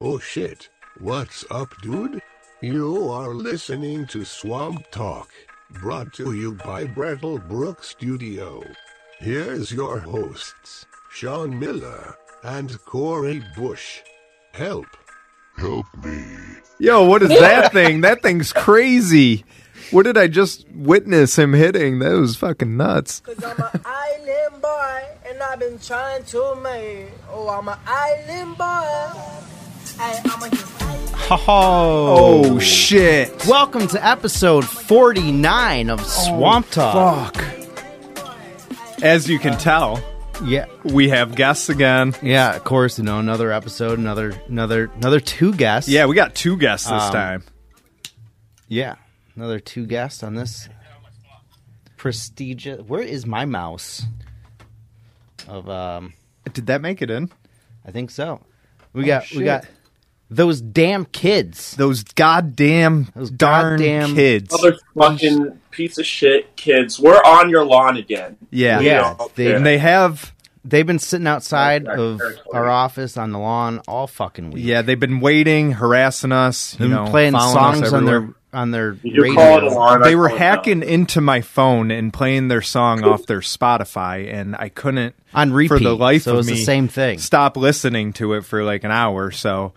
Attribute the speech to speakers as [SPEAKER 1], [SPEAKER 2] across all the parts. [SPEAKER 1] Oh shit, what's up, dude? You are listening to Swamp Talk, brought to you by Brattlebrook Studio. Here's your hosts, Sean Miller and Corey Bush. Help. Help me.
[SPEAKER 2] Yo, what is that thing? That thing's crazy. What did I just witness him hitting? That was fucking nuts.
[SPEAKER 3] Cause I'm an island boy, and I've been trying to make. Oh, I'm an island boy. Ay, I'm a
[SPEAKER 4] Oh.
[SPEAKER 2] Oh shit.
[SPEAKER 4] Welcome to episode 49 of Swamp Talk.
[SPEAKER 2] Fuck. As you can tell,
[SPEAKER 4] Yeah.
[SPEAKER 2] we have guests again.
[SPEAKER 4] Yeah, of course, you know, another episode, another another another two guests.
[SPEAKER 2] Yeah, we got two guests this
[SPEAKER 4] Um,
[SPEAKER 2] time.
[SPEAKER 4] Yeah. Another two guests on this prestigious Where is my mouse? Of um
[SPEAKER 2] Did that make it in?
[SPEAKER 4] I think so. We
[SPEAKER 2] Oh,
[SPEAKER 4] got we got those damn kids.
[SPEAKER 2] Those goddamn
[SPEAKER 4] Those
[SPEAKER 2] darn
[SPEAKER 4] goddamn-
[SPEAKER 2] kids.
[SPEAKER 5] Other fucking piece of shit kids. We're on your lawn again.
[SPEAKER 2] yeah.
[SPEAKER 5] We
[SPEAKER 4] Yeah.
[SPEAKER 5] don't
[SPEAKER 4] They-
[SPEAKER 5] care.
[SPEAKER 2] And they have
[SPEAKER 4] They've been sitting outside
[SPEAKER 5] Back
[SPEAKER 4] of
[SPEAKER 5] territory.
[SPEAKER 4] our office on the lawn all fucking week.
[SPEAKER 2] yeah, they've been waiting, harassing us, you
[SPEAKER 4] Been
[SPEAKER 2] know,
[SPEAKER 4] playing
[SPEAKER 2] following us
[SPEAKER 4] songs on
[SPEAKER 2] everywhere.
[SPEAKER 4] their on their
[SPEAKER 5] You
[SPEAKER 4] radio.
[SPEAKER 5] call it a lawn. I
[SPEAKER 2] they were
[SPEAKER 5] call it
[SPEAKER 2] hacking into my phone and playing their song off their Spotify, and I couldn't
[SPEAKER 4] on repeat
[SPEAKER 2] for the life
[SPEAKER 4] so
[SPEAKER 2] of
[SPEAKER 4] it was
[SPEAKER 2] me
[SPEAKER 4] the same thing.
[SPEAKER 2] stop listening to it for like an hour. So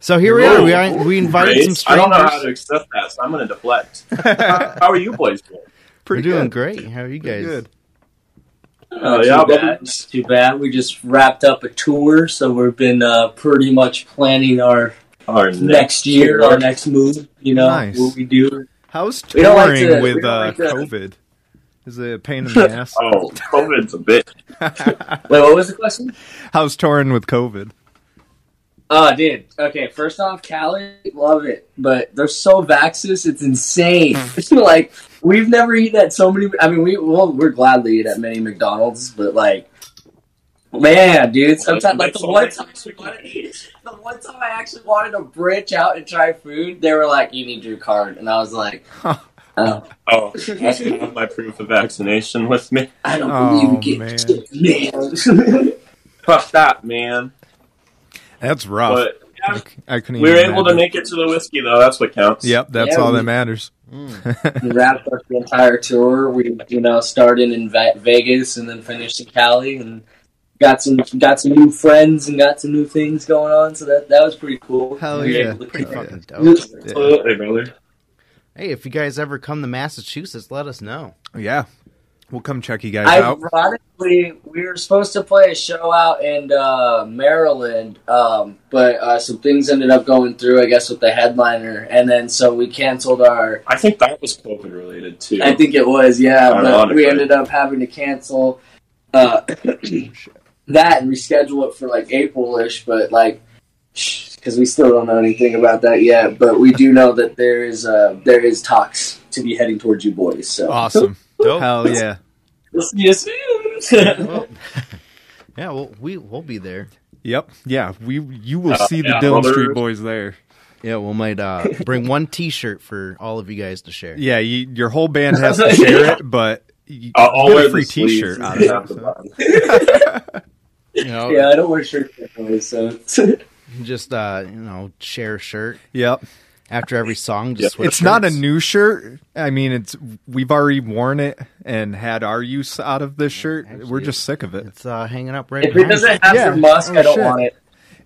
[SPEAKER 4] So here we are. We, are, we invited
[SPEAKER 5] Grace,
[SPEAKER 4] some
[SPEAKER 5] I
[SPEAKER 4] strangers.
[SPEAKER 5] don't know how to accept that, so I'm going to deflect. how, how are you boys doing?
[SPEAKER 4] We're
[SPEAKER 2] pretty
[SPEAKER 4] doing
[SPEAKER 2] good.
[SPEAKER 4] great. How are you guys?
[SPEAKER 2] good.
[SPEAKER 5] Oh,
[SPEAKER 6] too
[SPEAKER 5] yeah,
[SPEAKER 6] bad.
[SPEAKER 5] but-
[SPEAKER 6] It's too bad. We just wrapped up a tour, so we've been uh, pretty much planning our
[SPEAKER 5] Our
[SPEAKER 6] next, year, our next move. You know
[SPEAKER 2] Nice.
[SPEAKER 6] what we do.
[SPEAKER 2] How's
[SPEAKER 6] We don't like to-
[SPEAKER 2] touring
[SPEAKER 6] we
[SPEAKER 2] with
[SPEAKER 6] don't
[SPEAKER 2] uh,
[SPEAKER 6] like to-
[SPEAKER 2] COVID? Is it a pain in the ass?
[SPEAKER 5] Oh, COVID's a bitch.
[SPEAKER 6] Wait, what was the question?
[SPEAKER 2] How's touring with COVID?
[SPEAKER 6] Oh, dude. Okay, first off, Cali, love it, but they're so vaxxers, it's insane. It's like we've never eaten at so many. I mean, we well, we're gladly eat at many McDonald's, but like, man, dude, sometimes like the one time we wanted to eat, the one time I actually wanted to branch out and try food, they were like, "You need your card," and I was like, "Oh,
[SPEAKER 5] Oh, I should have my proof of vaccination with me.
[SPEAKER 6] I don't
[SPEAKER 2] Oh,
[SPEAKER 6] believe you
[SPEAKER 2] man.
[SPEAKER 6] get sick, man."
[SPEAKER 5] Fuck that, man.
[SPEAKER 2] That's rough.
[SPEAKER 5] But
[SPEAKER 2] I,
[SPEAKER 5] yeah,
[SPEAKER 2] c- I couldn't.
[SPEAKER 5] we were
[SPEAKER 2] even
[SPEAKER 5] able to
[SPEAKER 2] imagine.
[SPEAKER 5] make it to the whiskey, though. That's what counts.
[SPEAKER 2] Yep, that's
[SPEAKER 6] Yeah,
[SPEAKER 2] all
[SPEAKER 6] we-
[SPEAKER 2] that matters.
[SPEAKER 4] Mm.
[SPEAKER 6] we wrapped up the entire tour. We, you know, started in Ve- Vegas and then finished in Cali, and got some got some new friends and got some new things going on. So that that was pretty cool.
[SPEAKER 4] Hell
[SPEAKER 6] We were
[SPEAKER 4] yeah.
[SPEAKER 6] able to-
[SPEAKER 4] Pretty fucking dope.
[SPEAKER 6] Yeah.
[SPEAKER 5] Absolutely, brother.
[SPEAKER 4] Hey, if you guys ever come to Massachusetts, let us know.
[SPEAKER 2] Yeah, we'll come check you guys out.
[SPEAKER 6] Ironically, we were supposed to play a show out in uh, Maryland, um, but uh, some things ended up going through, I guess, with the headliner, and then so we canceled our
[SPEAKER 5] I think that was COVID related, too.
[SPEAKER 6] I think it was, yeah. But
[SPEAKER 5] Ironically.
[SPEAKER 6] we ended up having to cancel uh, that and reschedule it for like April-ish, but like because we still don't know anything about that yet. But we do know that there is uh, there is talks to be heading towards you boys. So
[SPEAKER 2] Awesome.
[SPEAKER 4] Dope.
[SPEAKER 2] Hell yeah.
[SPEAKER 6] We'll see you soon.
[SPEAKER 4] Well, yeah, well, we we'll be there.
[SPEAKER 2] Yep. Yeah. We you will
[SPEAKER 5] Uh,
[SPEAKER 2] see the
[SPEAKER 5] yeah,
[SPEAKER 2] Dillon
[SPEAKER 5] well, there-
[SPEAKER 2] Street Boys there.
[SPEAKER 4] Yeah, we might uh, bring one T-shirt for all of you guys to share.
[SPEAKER 2] Yeah, you, your whole band has to share it, but you
[SPEAKER 5] I'll, I'll
[SPEAKER 2] get
[SPEAKER 5] Uh, wear
[SPEAKER 2] a free
[SPEAKER 5] the sleeves
[SPEAKER 2] T-shirt
[SPEAKER 5] and
[SPEAKER 2] out of it.
[SPEAKER 5] not the
[SPEAKER 2] so.
[SPEAKER 5] bottom.
[SPEAKER 4] You know,
[SPEAKER 6] yeah, I don't wear shirts anyway, so
[SPEAKER 4] just uh, you know, share a shirt
[SPEAKER 2] Yep,
[SPEAKER 4] after every song. Just switch
[SPEAKER 2] it's not a
[SPEAKER 4] shirts.
[SPEAKER 2] new shirt. I mean, it's we've already worn it and had our use out of this shirt. We're
[SPEAKER 4] Actually,
[SPEAKER 2] just sick of it.
[SPEAKER 4] It's uh, hanging up right.
[SPEAKER 6] if it
[SPEAKER 4] behind
[SPEAKER 6] doesn't have
[SPEAKER 2] Yeah.
[SPEAKER 6] your musk,
[SPEAKER 2] Oh,
[SPEAKER 6] I don't
[SPEAKER 2] shit.
[SPEAKER 6] want it.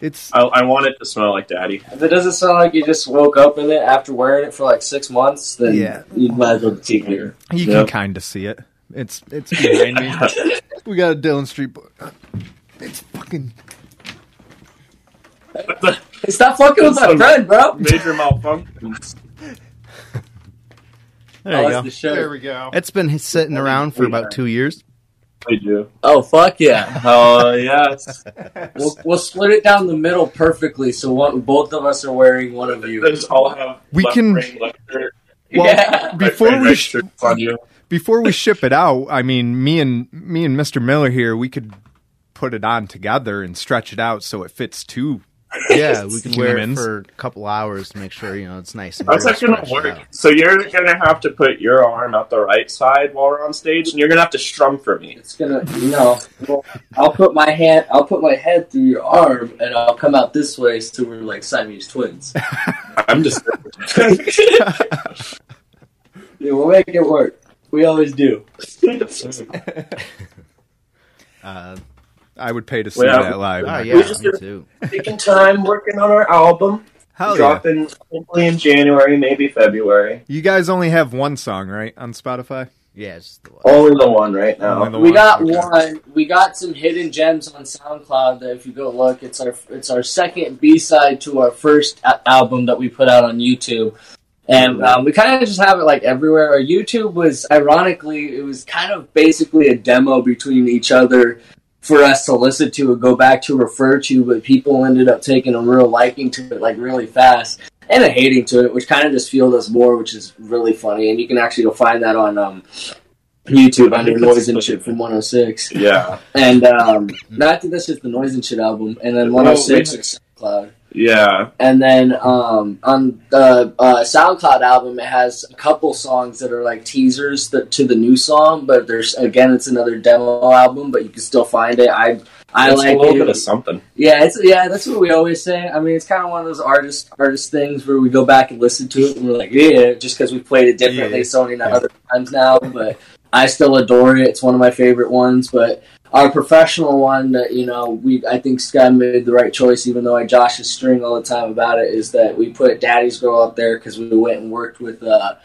[SPEAKER 2] It's
[SPEAKER 5] I, I want it to smell like daddy.
[SPEAKER 6] If it doesn't sound like you just woke up in it after wearing it for like six months, then
[SPEAKER 2] Yeah.
[SPEAKER 6] you might as well take it.
[SPEAKER 2] you
[SPEAKER 5] Yep.
[SPEAKER 2] can kind of see it. It's it's behind me. We got a Dillon Street. Boy. It's fucking
[SPEAKER 6] Stop fucking with my
[SPEAKER 5] Awesome.
[SPEAKER 6] friend, bro.
[SPEAKER 5] Major malfunctions.
[SPEAKER 4] There you
[SPEAKER 6] oh,
[SPEAKER 4] go.
[SPEAKER 6] It's the shirt.
[SPEAKER 2] go.
[SPEAKER 4] It's been sitting around for about two years.
[SPEAKER 5] They do.
[SPEAKER 6] Oh fuck yeah!
[SPEAKER 5] Oh yes.
[SPEAKER 6] We'll, we'll split it down the middle perfectly, so one, both of us are wearing one of you.
[SPEAKER 5] Those all have
[SPEAKER 2] We
[SPEAKER 5] left
[SPEAKER 2] can-
[SPEAKER 5] brain, left shirt,
[SPEAKER 2] Well,
[SPEAKER 6] Yeah.
[SPEAKER 2] before
[SPEAKER 5] right
[SPEAKER 2] we
[SPEAKER 5] brain
[SPEAKER 2] sh-
[SPEAKER 5] shirt on you.
[SPEAKER 2] before we ship it out, I mean, me and me and Mr. Miller here, we could put it on together and stretch it out so it fits two
[SPEAKER 4] Yeah, we can wear it
[SPEAKER 7] Humans.
[SPEAKER 4] for a couple hours to make sure you know it's nice. And
[SPEAKER 5] How's
[SPEAKER 4] real
[SPEAKER 5] that gonna
[SPEAKER 4] stretched
[SPEAKER 5] work?
[SPEAKER 4] out.
[SPEAKER 5] So you're gonna have to put your arm out the right side while we're on stage, and you're gonna have to strum for me.
[SPEAKER 6] It's gonna, you know, well, I'll put my hand, I'll put my head through your arm, and I'll come out this way, so we're like Siamese twins.
[SPEAKER 5] I'm just.
[SPEAKER 6] Yeah, we'll make it work. We always do.
[SPEAKER 4] Uh,
[SPEAKER 2] I would pay to see
[SPEAKER 5] Well,
[SPEAKER 2] that live.
[SPEAKER 4] oh yeah,
[SPEAKER 5] We're just
[SPEAKER 4] me
[SPEAKER 5] gonna-
[SPEAKER 4] too.
[SPEAKER 5] Taking time working on our album,
[SPEAKER 2] Hell yeah.
[SPEAKER 5] dropping hopefully in January, maybe February.
[SPEAKER 2] You guys only have one song, right, on Spotify?
[SPEAKER 4] Yeah, it's just the one.
[SPEAKER 5] Only the one right now.
[SPEAKER 2] Only the
[SPEAKER 6] we
[SPEAKER 2] one.
[SPEAKER 6] got
[SPEAKER 2] Okay.
[SPEAKER 6] one. We got some hidden gems on SoundCloud that if you go look, it's our it's our second B side to our first a- album that we put out on YouTube, and um, we kind of just have it like everywhere. Our YouTube was ironically it was kind of basically a demo between each other for us to listen to and go back to refer to, but people ended up taking a real liking to it like really fast. And a hating to it, which kind of just fueled us more, which is really funny. And you can actually go find that on um, YouTube under Noise and Shit from 106.
[SPEAKER 5] Yeah,
[SPEAKER 6] And um, not that this is the Noise and Shit album, and then
[SPEAKER 5] Well,
[SPEAKER 6] 106
[SPEAKER 5] we-
[SPEAKER 6] is SoundCloud.
[SPEAKER 5] yeah.
[SPEAKER 6] And then um, on the uh, SoundCloud album, it has a couple songs that are like teasers that, to the new song, but there's again, it's another demo album, but you can still find it. I I
[SPEAKER 5] It's
[SPEAKER 6] like
[SPEAKER 5] a little
[SPEAKER 6] it.
[SPEAKER 5] bit of something.
[SPEAKER 6] Yeah, it's yeah, that's what we always say. I mean, it's kind of one of those artist artist things where we go back and listen to it and we're like, yeah, just because we played it differently
[SPEAKER 2] Yeah.
[SPEAKER 6] so many
[SPEAKER 2] Yeah.
[SPEAKER 6] other times now. But I still adore it. It's one of my favorite ones. But our professional one that you know we I think Sky made the right choice, even though I josh his string all the time about it, is that we put Daddy's Girl up there because we went and worked with uh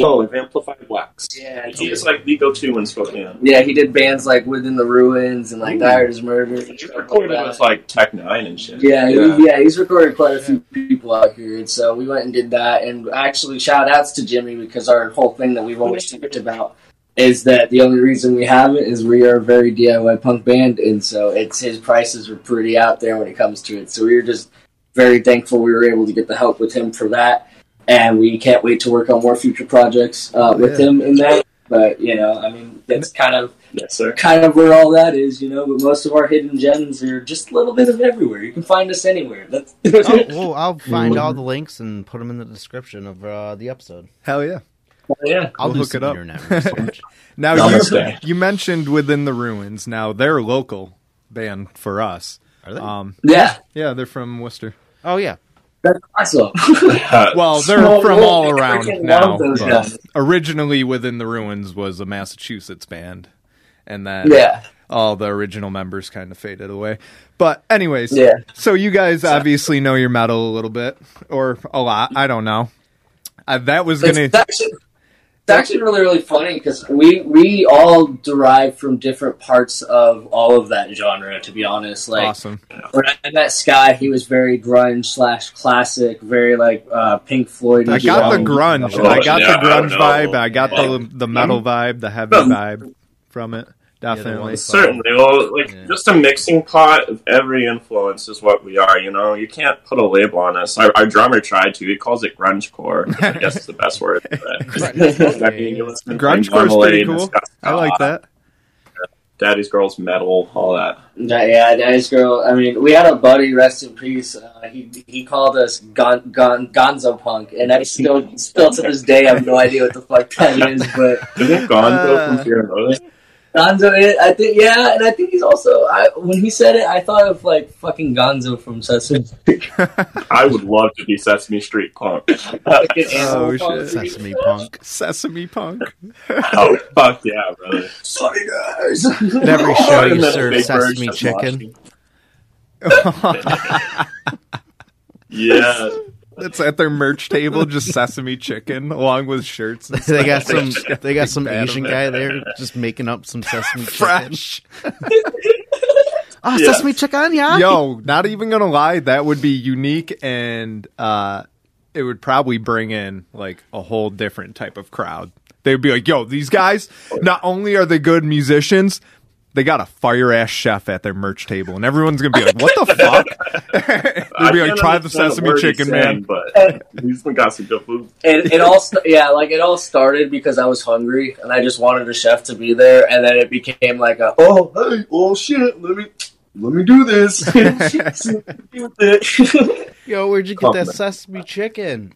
[SPEAKER 5] Oh, of amplified wax.
[SPEAKER 6] yeah
[SPEAKER 5] He is like the go-to in Spokane.
[SPEAKER 6] yeah he did bands like Within the Ruins and like Dire is Murder. and
[SPEAKER 5] He
[SPEAKER 6] stuff like
[SPEAKER 5] recorded
[SPEAKER 6] that.
[SPEAKER 5] with like Tech Nine and shit.
[SPEAKER 6] Yeah, yeah. He, yeah, he's recorded quite a few people out here, and so we went and did that. And actually, shout outs to Jimmy because our whole thing that we've always talked about is that the only reason we have it is we are a very DIY punk band, and so it's his prices were pretty out there when it comes to it. So we were just very thankful we were able to get the help with him for that, and we can't wait to work on more future projects uh, with
[SPEAKER 2] Yeah.
[SPEAKER 6] him in that. But you know, I mean, that's kind of
[SPEAKER 5] Yes, sir.
[SPEAKER 6] kind of where all that is, you know. But most of our hidden gems are just a little bit of everywhere. You can find us anywhere. That's
[SPEAKER 4] Oh, well, I'll find
[SPEAKER 5] Mm-hmm.
[SPEAKER 4] all the links and put them in the description of uh, the episode.
[SPEAKER 2] Hell yeah.
[SPEAKER 6] yeah.
[SPEAKER 4] I'll
[SPEAKER 2] We'll
[SPEAKER 4] do
[SPEAKER 2] hook
[SPEAKER 4] some
[SPEAKER 2] it up.
[SPEAKER 4] internet research.
[SPEAKER 2] Now you,
[SPEAKER 5] Namaste.
[SPEAKER 2] you mentioned Within the Ruins. Now they're a local band for us.
[SPEAKER 4] Are they?
[SPEAKER 2] Um,
[SPEAKER 6] yeah,
[SPEAKER 2] yeah, they're from Worcester.
[SPEAKER 4] oh yeah,
[SPEAKER 6] that's awesome.
[SPEAKER 5] Uh,
[SPEAKER 2] Well, they're
[SPEAKER 6] Small
[SPEAKER 2] from
[SPEAKER 6] world,
[SPEAKER 2] all
[SPEAKER 6] I
[SPEAKER 2] around
[SPEAKER 6] freaking
[SPEAKER 2] now.
[SPEAKER 6] love those
[SPEAKER 2] but
[SPEAKER 6] guys.
[SPEAKER 2] Originally, Within the Ruins was a Massachusetts band, and then
[SPEAKER 6] Yeah,
[SPEAKER 2] all the original members kind of faded away. But anyways,
[SPEAKER 6] Yeah.
[SPEAKER 2] So you guys obviously know your metal a little bit, or a lot. I don't know. Uh, that was
[SPEAKER 6] it's,
[SPEAKER 2] gonna.
[SPEAKER 6] it's actually it's actually really really funny because we we all derive from different parts of all of that genre. To be honest, like
[SPEAKER 2] awesome.
[SPEAKER 6] when I met Sky, he was very grunge slash classic, very like uh, Pink Floyd.
[SPEAKER 2] I got the grunge.
[SPEAKER 5] Oh,
[SPEAKER 2] I got
[SPEAKER 5] yeah,
[SPEAKER 2] the grunge
[SPEAKER 5] I don't know.
[SPEAKER 2] vibe. I got the the metal vibe, the heavy
[SPEAKER 5] Um,
[SPEAKER 2] vibe from it. Definitely.
[SPEAKER 4] ones-
[SPEAKER 5] Certainly, well, like
[SPEAKER 4] Yeah.
[SPEAKER 5] just a mixing pot of every influence is what we are. You know, you can't put a label on us. Our, our drummer tried to; he calls it grungecore. which I guess is the best word. For it. I mean, you listen to
[SPEAKER 2] Grungecore's
[SPEAKER 5] Blind
[SPEAKER 2] pretty
[SPEAKER 5] Marmalade,
[SPEAKER 2] cool.
[SPEAKER 5] it's got
[SPEAKER 2] I like that.
[SPEAKER 5] Daddy's Girls Metal, all that.
[SPEAKER 6] Yeah, yeah, Daddy's girl. I mean, we had a buddy, rest in peace. Uh, he he called us gon, gon, Gonzo Punk, and I still still to this day I have no idea what the fuck that is. But
[SPEAKER 5] Isn't Gonzo
[SPEAKER 2] Uh,
[SPEAKER 5] from Fear and Loathing?
[SPEAKER 6] Gonzo, is, I think, yeah, and I think he's also. I when he said it, I thought of like fucking Gonzo from Sesame Street.
[SPEAKER 5] I would love to be Sesame Street punk.
[SPEAKER 6] Fucking
[SPEAKER 2] Oh,
[SPEAKER 6] animal
[SPEAKER 2] shit.
[SPEAKER 6] farm.
[SPEAKER 4] Sesame Punk.
[SPEAKER 2] Sesame punk.
[SPEAKER 5] oh fuck yeah, brother!
[SPEAKER 6] Sorry guys.
[SPEAKER 4] At every show
[SPEAKER 5] And
[SPEAKER 4] you
[SPEAKER 5] then
[SPEAKER 4] serve
[SPEAKER 5] Big Bird
[SPEAKER 4] sesame
[SPEAKER 5] just
[SPEAKER 4] chicken.
[SPEAKER 5] watching. Yeah,
[SPEAKER 2] That's at their merch table, just sesame chicken along with shirts. And
[SPEAKER 4] they got some. They got some
[SPEAKER 2] Bad
[SPEAKER 4] Asian
[SPEAKER 2] of it.
[SPEAKER 4] guy there just making up some sesame chicken.
[SPEAKER 2] fresh.
[SPEAKER 4] Ah,
[SPEAKER 5] Yeah.
[SPEAKER 4] sesame chicken, yeah.
[SPEAKER 2] Yo, not even gonna lie, that would be unique and uh it would probably bring in like a whole different type of crowd. They'd be like, yo, these guys, not only are they good musicians, they got a fire ass chef at their merch table, and everyone's gonna be like, What the fuck? They'd be
[SPEAKER 5] I
[SPEAKER 2] like,
[SPEAKER 5] can't
[SPEAKER 2] Try the
[SPEAKER 5] understand a
[SPEAKER 2] sesame
[SPEAKER 5] word he's
[SPEAKER 2] chicken,
[SPEAKER 5] saying,
[SPEAKER 2] man.
[SPEAKER 5] But he's got some good food.
[SPEAKER 6] it, it all st- yeah like it all started because i was hungry and i just wanted a chef to be there and then it became like a oh hey oh shit let me let me do this. She with it.
[SPEAKER 4] Yo, where'd you get
[SPEAKER 5] Oh,
[SPEAKER 6] Come
[SPEAKER 4] that
[SPEAKER 6] on.
[SPEAKER 4] sesame chicken?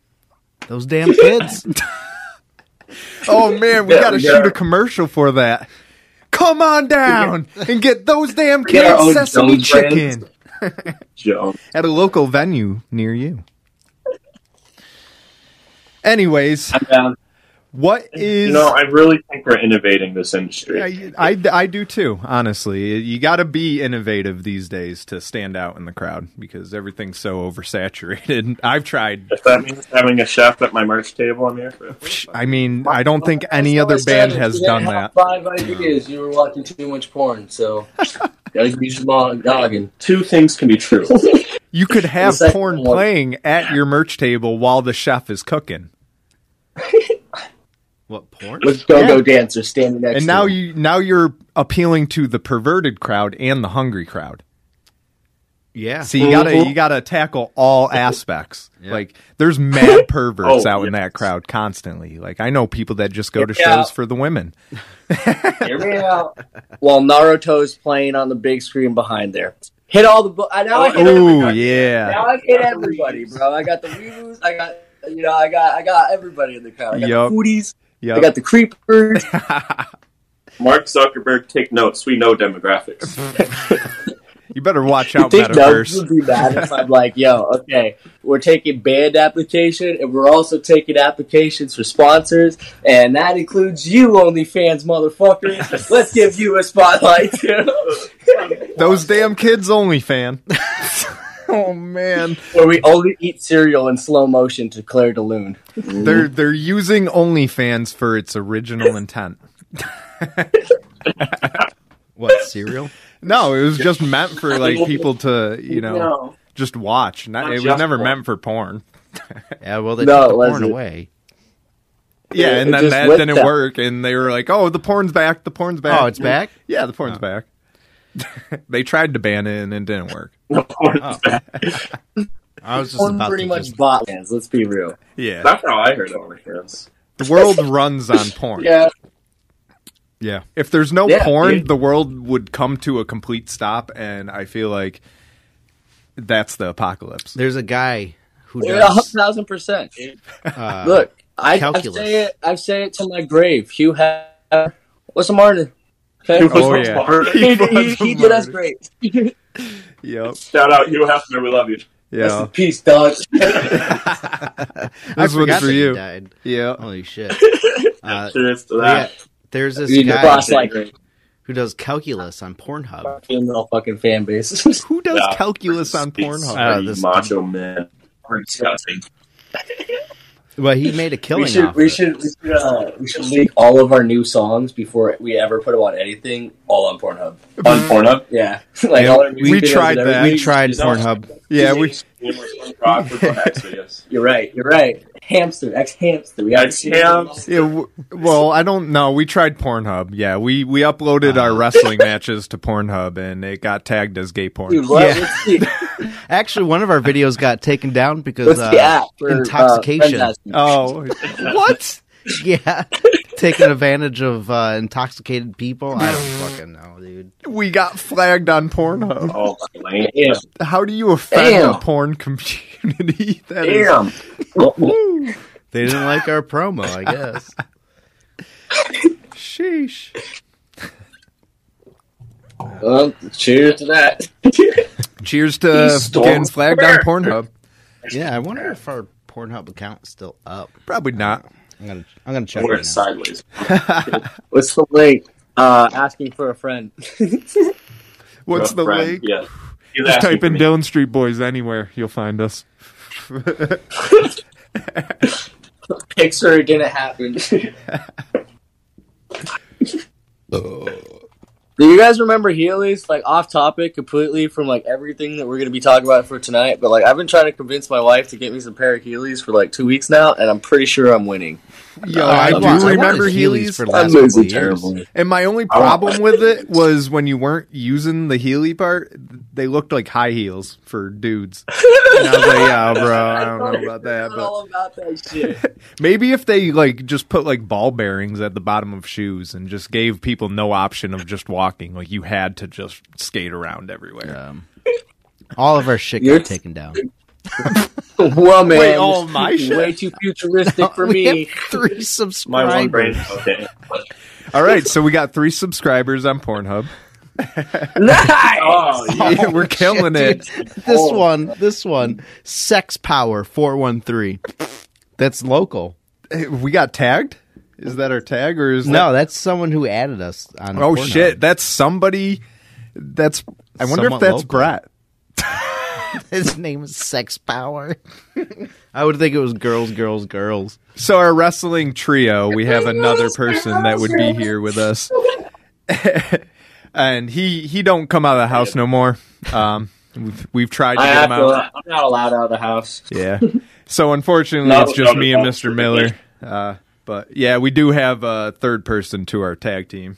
[SPEAKER 4] Those damn kids.
[SPEAKER 2] Oh man, we
[SPEAKER 6] Yeah,
[SPEAKER 2] gotta
[SPEAKER 6] we
[SPEAKER 2] shoot
[SPEAKER 6] got-
[SPEAKER 2] a commercial for that. Come on down and get those damn
[SPEAKER 6] We got our
[SPEAKER 2] kids
[SPEAKER 6] own
[SPEAKER 2] sesame
[SPEAKER 6] Jones
[SPEAKER 2] chicken
[SPEAKER 6] brands. Joe.
[SPEAKER 2] at a local venue near you. Anyways,
[SPEAKER 6] I'm down.
[SPEAKER 2] what is
[SPEAKER 5] You know, I really think we're innovating this industry.
[SPEAKER 2] I, I, I do too, honestly. You got to be innovative these days to stand out in the crowd because everything's so oversaturated. I've tried.
[SPEAKER 5] if that means having a chef at my merch table, I'm here for it.
[SPEAKER 2] I mean, I don't think any
[SPEAKER 6] That's
[SPEAKER 2] other
[SPEAKER 6] what I
[SPEAKER 2] band
[SPEAKER 6] said.
[SPEAKER 2] has
[SPEAKER 6] You didn't
[SPEAKER 2] done that.
[SPEAKER 6] have Five ideas. You were watching too much porn, so gotta use your mo- noggin.
[SPEAKER 5] Two things can be true.
[SPEAKER 2] You could have
[SPEAKER 6] second
[SPEAKER 2] porn
[SPEAKER 6] one.
[SPEAKER 2] playing at your merch table while the chef is cooking.
[SPEAKER 4] what porn?
[SPEAKER 6] With go-go dancer standing next.
[SPEAKER 2] And
[SPEAKER 6] to
[SPEAKER 2] now
[SPEAKER 6] him.
[SPEAKER 2] you now you're appealing to the perverted crowd and the hungry crowd.
[SPEAKER 4] Yeah.
[SPEAKER 2] So you gotta you gotta tackle all aspects. Like there's mad perverts
[SPEAKER 5] Oh,
[SPEAKER 2] out in
[SPEAKER 5] yes.
[SPEAKER 2] that crowd constantly. Like I know people that just go to
[SPEAKER 6] Yeah.
[SPEAKER 2] shows for the women.
[SPEAKER 6] Hear me out. While Naruto's playing on the big screen behind there. Hit all the. Bu- I now I hit
[SPEAKER 2] Oh
[SPEAKER 6] everybody. Now
[SPEAKER 2] yeah.
[SPEAKER 6] I hit everybody, bro. I got the weeboos. I got you know. I got I got everybody in the crowd. I got
[SPEAKER 2] Yup.
[SPEAKER 6] the foodies. I
[SPEAKER 2] Yep.
[SPEAKER 6] got the creepers.
[SPEAKER 5] Mark Zuckerberg, take notes. We know demographics.
[SPEAKER 2] you better watch
[SPEAKER 6] You
[SPEAKER 2] out
[SPEAKER 6] think Nubs
[SPEAKER 2] metaverse.
[SPEAKER 6] would be mad if I'm like, yo, okay, we're taking band application and we're also taking applications for sponsors, and that includes you, OnlyFans motherfucker. Let's give you a spotlight too.
[SPEAKER 2] Those damn kids only fan. oh man.
[SPEAKER 6] Where we only eat cereal in slow motion to Claire de Lune.
[SPEAKER 2] They're they're using OnlyFans for its original intent.
[SPEAKER 4] What cereal?
[SPEAKER 2] No, it was just meant for like people to, you know,
[SPEAKER 6] No.
[SPEAKER 2] just watch. Not,
[SPEAKER 5] Not
[SPEAKER 2] it was
[SPEAKER 5] just
[SPEAKER 2] never
[SPEAKER 5] porn.
[SPEAKER 2] meant for porn.
[SPEAKER 4] Yeah. Well, they
[SPEAKER 6] No,
[SPEAKER 4] took
[SPEAKER 6] it
[SPEAKER 4] the porn
[SPEAKER 6] wasn't.
[SPEAKER 4] away.
[SPEAKER 2] Yeah,
[SPEAKER 6] It-
[SPEAKER 2] and
[SPEAKER 6] it
[SPEAKER 2] then
[SPEAKER 6] just
[SPEAKER 2] that
[SPEAKER 6] went
[SPEAKER 2] didn't
[SPEAKER 6] that-
[SPEAKER 2] work, and they were like, "Oh, the porn's back. The porn's back.
[SPEAKER 4] Oh, it's back.
[SPEAKER 2] Yeah, the porn's back." they tried to ban it, and it didn't work. Oh,
[SPEAKER 4] I was just
[SPEAKER 6] Porn
[SPEAKER 4] about
[SPEAKER 6] pretty
[SPEAKER 4] to
[SPEAKER 6] much
[SPEAKER 4] just-
[SPEAKER 6] bot fans, let's be real.
[SPEAKER 2] Yeah,
[SPEAKER 5] That's how I heard OnlyFans.
[SPEAKER 2] the world runs on porn.
[SPEAKER 6] Yeah.
[SPEAKER 2] Yeah. If there's no
[SPEAKER 6] Yeah,
[SPEAKER 2] porn,
[SPEAKER 6] dude.
[SPEAKER 2] the world would come to a complete stop, and I feel like that's the apocalypse.
[SPEAKER 4] There's a guy who
[SPEAKER 6] Yeah, a
[SPEAKER 4] does.
[SPEAKER 6] thousand percent.
[SPEAKER 4] Uh,
[SPEAKER 6] Look, I, I
[SPEAKER 4] calculus.
[SPEAKER 6] say it I say it to my grave. Hugh Hefner. What's the martyr? Okay.
[SPEAKER 2] Oh, yeah.
[SPEAKER 6] he,
[SPEAKER 2] He
[SPEAKER 6] he,
[SPEAKER 2] was
[SPEAKER 6] he
[SPEAKER 2] a
[SPEAKER 6] did us
[SPEAKER 2] martyr.
[SPEAKER 6] great.
[SPEAKER 2] Yep.
[SPEAKER 5] Shout out Hugh Hefner. We love you.
[SPEAKER 6] Rest in
[SPEAKER 2] Yeah.
[SPEAKER 6] peace, dog.
[SPEAKER 4] I
[SPEAKER 2] This one's
[SPEAKER 4] forgot
[SPEAKER 2] for
[SPEAKER 4] that he
[SPEAKER 2] you.
[SPEAKER 4] died.
[SPEAKER 2] Yeah.
[SPEAKER 4] Holy shit. Uh,
[SPEAKER 5] Cheers to
[SPEAKER 4] yeah,
[SPEAKER 5] that.
[SPEAKER 4] there's this
[SPEAKER 6] You
[SPEAKER 4] guy
[SPEAKER 6] boss like
[SPEAKER 4] who does calculus on Pornhub.
[SPEAKER 6] female fucking fan base.
[SPEAKER 2] Who does
[SPEAKER 5] Yeah.
[SPEAKER 2] calculus on
[SPEAKER 5] It's
[SPEAKER 2] Pornhub?
[SPEAKER 4] Uh,
[SPEAKER 5] pretty
[SPEAKER 4] this-
[SPEAKER 5] macho man. We're disgusting.
[SPEAKER 4] Well, he made a killing
[SPEAKER 6] we should
[SPEAKER 4] off
[SPEAKER 6] we
[SPEAKER 4] it.
[SPEAKER 6] should we should, uh, we should leak all of our new songs before we ever put them on anything. All on Pornhub.
[SPEAKER 5] On Pornhub?
[SPEAKER 6] Yeah, like
[SPEAKER 4] Yeah,
[SPEAKER 6] all our music
[SPEAKER 2] we
[SPEAKER 6] videos
[SPEAKER 2] tried
[SPEAKER 6] and everything.
[SPEAKER 2] that.
[SPEAKER 4] We tried
[SPEAKER 5] Is that what-
[SPEAKER 4] Pornhub.
[SPEAKER 2] yeah, we
[SPEAKER 5] We're from Rock, we're from X videos.
[SPEAKER 6] You're right. You're right. Hamster, ex hamster. We haven't seen it in a
[SPEAKER 5] Ex-hamster.
[SPEAKER 6] long-
[SPEAKER 2] Yeah, w- well, I don't know. We tried Pornhub. Yeah, we we uploaded
[SPEAKER 6] Uh.
[SPEAKER 2] our wrestling matches to Pornhub, and it got tagged as gay porn.
[SPEAKER 6] Dude, what?
[SPEAKER 4] Yeah.
[SPEAKER 6] What's the,
[SPEAKER 4] Actually, one of our videos got taken down because
[SPEAKER 6] what's the
[SPEAKER 4] uh,
[SPEAKER 6] app for uh,
[SPEAKER 4] intoxication.
[SPEAKER 6] friends asking?
[SPEAKER 2] Oh, what?
[SPEAKER 4] yeah, taking advantage of uh, intoxicated people. I don't fucking know, dude.
[SPEAKER 2] We got flagged on Pornhub.
[SPEAKER 5] Oh, lame.
[SPEAKER 6] Damn.
[SPEAKER 2] How do you offend the
[SPEAKER 6] Damn.
[SPEAKER 2] porn community? That is-
[SPEAKER 6] Damn.
[SPEAKER 4] They didn't like our promo, I guess.
[SPEAKER 2] sheesh.
[SPEAKER 6] Well, cheers to that.
[SPEAKER 2] Cheers to
[SPEAKER 5] stole
[SPEAKER 2] getting flagged on Pornhub.
[SPEAKER 4] Yeah, I wonder if our Pornhub account's still up.
[SPEAKER 2] Probably not.
[SPEAKER 4] I'm gonna I'm gonna check.
[SPEAKER 5] We're
[SPEAKER 4] right now.
[SPEAKER 5] sideways.
[SPEAKER 6] What's the link? Uh, asking for a friend.
[SPEAKER 2] What's
[SPEAKER 5] Rough
[SPEAKER 2] the
[SPEAKER 5] friend,
[SPEAKER 2] link?
[SPEAKER 5] Yeah. He's
[SPEAKER 2] Just
[SPEAKER 5] asking
[SPEAKER 2] type
[SPEAKER 5] for
[SPEAKER 2] in
[SPEAKER 5] me.
[SPEAKER 2] Dillon Street Boys anywhere. You'll find us.
[SPEAKER 6] Pixar didn't happen. Do you guys remember Healy's? Like off topic completely from like everything that we're gonna be talking about for tonight. But like I've been trying to convince my wife to get me some pair of Healy's for like two weeks now, and I'm pretty sure I'm winning.
[SPEAKER 2] Yo,
[SPEAKER 4] Oh,
[SPEAKER 2] I,
[SPEAKER 4] love it.
[SPEAKER 2] do
[SPEAKER 4] wanted
[SPEAKER 2] remember Heelys.
[SPEAKER 4] for the
[SPEAKER 5] That
[SPEAKER 4] last couple
[SPEAKER 5] moves are
[SPEAKER 4] of
[SPEAKER 5] terrible.
[SPEAKER 4] years.
[SPEAKER 2] And my only
[SPEAKER 5] I want-
[SPEAKER 2] problem with it was when you weren't using the Heely part, they looked like high heels for dudes. And I was like, yeah, bro, I don't know about that. But
[SPEAKER 6] all about that shit.
[SPEAKER 2] maybe if they like just put like ball bearings at the bottom of shoes and just gave people no option of just walking, like you had to just skate around everywhere.
[SPEAKER 4] Um, all of our shit
[SPEAKER 6] You're-
[SPEAKER 4] got taken down.
[SPEAKER 6] well, man,
[SPEAKER 2] Wait, all
[SPEAKER 6] this is
[SPEAKER 2] my shit?
[SPEAKER 6] way too futuristic for
[SPEAKER 4] We
[SPEAKER 6] me.
[SPEAKER 4] have three
[SPEAKER 5] My one brain.
[SPEAKER 4] subscribers.
[SPEAKER 5] Okay.
[SPEAKER 2] All right, so we got three subscribers on Pornhub.
[SPEAKER 6] nice.
[SPEAKER 5] Oh, yeah.
[SPEAKER 2] Yeah, we're killing
[SPEAKER 4] Shit,
[SPEAKER 2] it.
[SPEAKER 4] dude. This one, this one, Sex Power four one three. That's local.
[SPEAKER 2] Hey, We got tagged. Is that our tag or is
[SPEAKER 4] No, that's someone who added us on.
[SPEAKER 2] That... Oh
[SPEAKER 4] Pornhub.
[SPEAKER 2] shit, that's somebody. That's. I wonder
[SPEAKER 4] Somewhat
[SPEAKER 2] if that's
[SPEAKER 4] local.
[SPEAKER 2] Brett.
[SPEAKER 4] His name is Sex Power. I would think it was girls, girls, girls.
[SPEAKER 2] So our wrestling trio, we have another person that would be here with us, and he he don't come out of the house no more. Um, we've we've tried to
[SPEAKER 6] I
[SPEAKER 2] get
[SPEAKER 6] have
[SPEAKER 2] him
[SPEAKER 6] to,
[SPEAKER 2] out.
[SPEAKER 6] I'm not allowed out of the house.
[SPEAKER 2] Yeah. So unfortunately,
[SPEAKER 5] No,
[SPEAKER 2] it's just
[SPEAKER 5] no,
[SPEAKER 2] me and
[SPEAKER 5] no.
[SPEAKER 2] Mr. Miller. Uh, but yeah, we do have a third person to our tag team.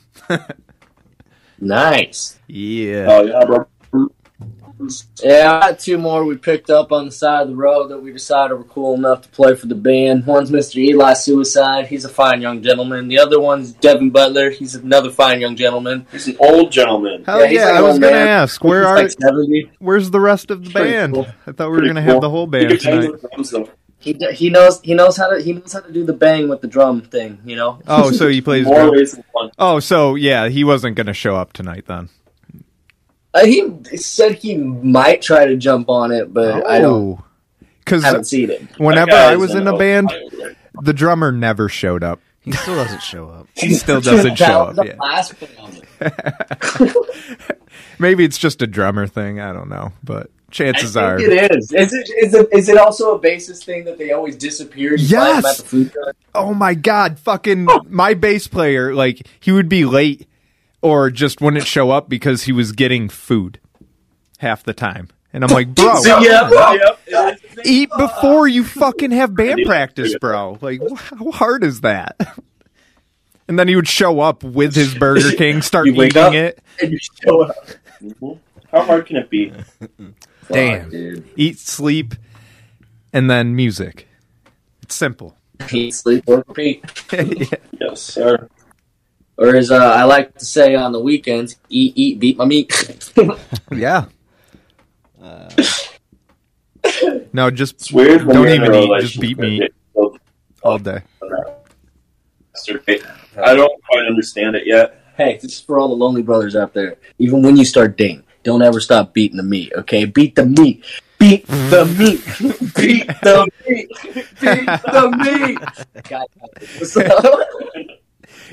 [SPEAKER 6] Nice.
[SPEAKER 2] Yeah.
[SPEAKER 5] Oh, yeah, bro.
[SPEAKER 6] Yeah, I got two more we picked up on the side of the road that we decided were cool enough to play for the band. One's Mr. Eli Suicide. He's a fine young gentleman. The other one's Devin Butler. He's another fine young gentleman.
[SPEAKER 5] He's an old gentleman.
[SPEAKER 2] Hell yeah!
[SPEAKER 6] he's like
[SPEAKER 2] I
[SPEAKER 6] an
[SPEAKER 2] was
[SPEAKER 6] old
[SPEAKER 2] gonna
[SPEAKER 6] man.
[SPEAKER 2] ask where
[SPEAKER 6] He's
[SPEAKER 2] are
[SPEAKER 6] like 70.
[SPEAKER 2] where's the rest of the
[SPEAKER 6] pretty
[SPEAKER 2] band?
[SPEAKER 6] cool.
[SPEAKER 2] I thought we were
[SPEAKER 5] Pretty
[SPEAKER 2] gonna
[SPEAKER 5] cool.
[SPEAKER 2] have the whole
[SPEAKER 5] He
[SPEAKER 2] band
[SPEAKER 5] can hang
[SPEAKER 2] tonight.
[SPEAKER 5] with drums, though.
[SPEAKER 6] He, d- he knows he knows how to he knows how to do the bang with the drum thing, you know.
[SPEAKER 2] Oh, so he plays.
[SPEAKER 5] More
[SPEAKER 2] drum-
[SPEAKER 5] ways than one.
[SPEAKER 2] Oh, so yeah, he wasn't gonna show up tonight then.
[SPEAKER 6] Uh, he said he might try to jump on it, but Uh,
[SPEAKER 2] Oh,
[SPEAKER 6] I don't haven't
[SPEAKER 2] Because
[SPEAKER 6] seen it.
[SPEAKER 2] whenever
[SPEAKER 5] That guy
[SPEAKER 2] I
[SPEAKER 5] is
[SPEAKER 2] was
[SPEAKER 5] an
[SPEAKER 2] in a
[SPEAKER 5] old
[SPEAKER 2] band,
[SPEAKER 5] pirate.
[SPEAKER 2] the drummer never showed up.
[SPEAKER 4] He still doesn't show up.
[SPEAKER 2] He still doesn't
[SPEAKER 6] That
[SPEAKER 2] show
[SPEAKER 6] was
[SPEAKER 2] up.
[SPEAKER 6] the
[SPEAKER 2] Yeah.
[SPEAKER 6] last one.
[SPEAKER 2] Maybe it's just a drummer thing. I don't know, but chances
[SPEAKER 6] I
[SPEAKER 2] are,
[SPEAKER 6] think it is. Is it, is it is it also a basis thing that they always disappear? You find them
[SPEAKER 2] Yes!
[SPEAKER 6] at the food truck?
[SPEAKER 2] oh my god, fucking my bass player, like he would be late or just wouldn't show up because he was getting food half the time, and I'm like, bro,
[SPEAKER 6] Yeah,
[SPEAKER 5] Yep, it is.
[SPEAKER 2] eat
[SPEAKER 6] Uh,
[SPEAKER 2] before you fucking have band
[SPEAKER 5] Yeah.
[SPEAKER 2] practice, bro. Like, wh- how hard is that? And then he would show up with his Burger King, start
[SPEAKER 6] You wake
[SPEAKER 2] eating
[SPEAKER 6] up.
[SPEAKER 2] it,
[SPEAKER 6] and you show up.
[SPEAKER 5] How hard can it be?
[SPEAKER 2] Damn.
[SPEAKER 6] Fuck, dude.
[SPEAKER 2] eat, sleep, and then music. It's simple.
[SPEAKER 6] Eat, sleep, or repeat.
[SPEAKER 5] Yes, sir.
[SPEAKER 6] Or as uh, I like to say on the weekends, eat, eat, beat my meat.
[SPEAKER 2] Yeah.
[SPEAKER 6] Uh,
[SPEAKER 2] no, just
[SPEAKER 5] It's weird when
[SPEAKER 2] Don't
[SPEAKER 5] you're in
[SPEAKER 6] uh,
[SPEAKER 2] even
[SPEAKER 5] a
[SPEAKER 2] eat, just
[SPEAKER 5] relationship
[SPEAKER 2] beat me.
[SPEAKER 5] that you
[SPEAKER 2] all day.
[SPEAKER 5] feel- I don't quite understand it yet.
[SPEAKER 6] hey, this is for all the lonely brothers out there. Even when you start dating, don't ever stop beating the meat. Okay, beat the meat. Beat the meat. Beat the meat. Beat the meat. God, what's up?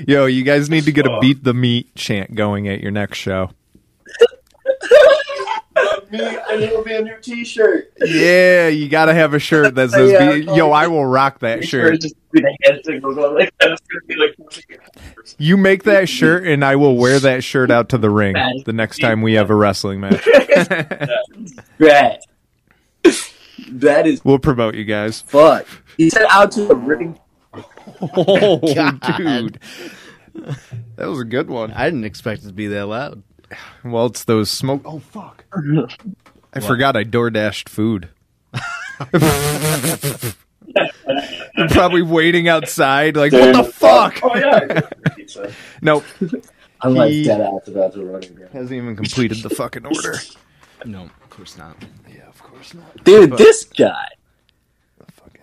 [SPEAKER 2] Yo, you guys need to get a beat the meat chant going at your next show.
[SPEAKER 6] Me, and it'll be a new T-shirt.
[SPEAKER 2] Yeah, you gotta have a shirt that says,
[SPEAKER 6] Yeah.
[SPEAKER 2] beat- "Yo, I will rock that shirt."
[SPEAKER 6] Just do the hand signal going like
[SPEAKER 5] And it's gonna be like
[SPEAKER 2] You make that shirt, and I will wear that shirt out to the ring the next time we have a wrestling match.
[SPEAKER 6] that. That is
[SPEAKER 2] we'll promote you guys.
[SPEAKER 6] fuck. He said out to the ring.
[SPEAKER 2] Oh,
[SPEAKER 4] God.
[SPEAKER 2] dude, that was a good one.
[SPEAKER 4] I didn't expect it to be that loud.
[SPEAKER 2] Well, it's those smoke. Oh fuck! I forgot I door dashed food. I'm probably waiting outside, like what the fuck?
[SPEAKER 5] Oh yeah.
[SPEAKER 2] Nope,
[SPEAKER 6] I'm like
[SPEAKER 2] He-
[SPEAKER 6] dead ass about to run again.
[SPEAKER 2] hasn't even completed the fucking order.
[SPEAKER 4] No, of course not.
[SPEAKER 6] Dude, this guy.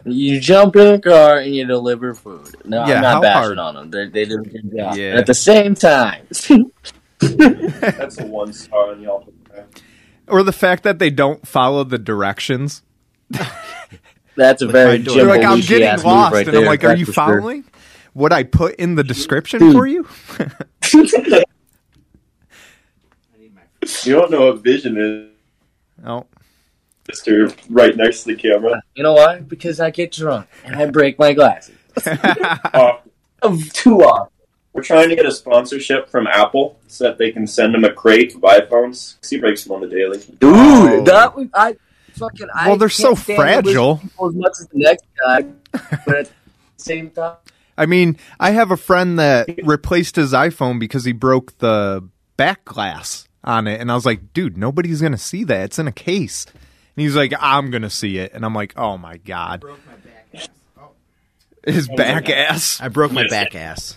[SPEAKER 6] You jump in the car and you deliver food. No,
[SPEAKER 2] Yeah,
[SPEAKER 6] I'm
[SPEAKER 2] how
[SPEAKER 6] not bashing
[SPEAKER 2] hard?
[SPEAKER 6] on them. They're, they do a good job.
[SPEAKER 2] Yeah.
[SPEAKER 6] At the same time,
[SPEAKER 5] That's a one star on Yelp.
[SPEAKER 2] Or the fact that they don't follow the directions.
[SPEAKER 6] that's a very
[SPEAKER 4] my door.
[SPEAKER 6] Jim
[SPEAKER 2] They're like, I'm
[SPEAKER 6] Belushi
[SPEAKER 2] getting
[SPEAKER 6] ass move
[SPEAKER 2] lost,
[SPEAKER 6] right
[SPEAKER 2] and I'm
[SPEAKER 6] there,
[SPEAKER 2] like, are
[SPEAKER 6] that's
[SPEAKER 2] you
[SPEAKER 6] for sure.
[SPEAKER 2] following what I put in the description
[SPEAKER 6] Dude.
[SPEAKER 2] for you?
[SPEAKER 5] You don't know what vision is,
[SPEAKER 2] Oh,
[SPEAKER 5] Mister. Right next to the camera.
[SPEAKER 6] You know why? Because I get drunk and I break my glasses.
[SPEAKER 5] Uh,
[SPEAKER 6] Of two off.
[SPEAKER 5] we're trying to get a sponsorship from Apple so that they can send him a crate of iPhones. 'cause He breaks them on the daily.
[SPEAKER 6] Dude,
[SPEAKER 2] Oh.
[SPEAKER 6] that was I fucking. I
[SPEAKER 2] well, they're so
[SPEAKER 6] can't stand to listen
[SPEAKER 2] fragile.
[SPEAKER 6] to people As much as the next guy, but at the same time,
[SPEAKER 2] I mean, I have a friend that replaced his iPhone because he broke the back glass on it, and I was like, dude, nobody's gonna see that. It's in a case. And he's like, I'm gonna see it, and I'm like, oh my god. His back ass.
[SPEAKER 4] I broke my back ass.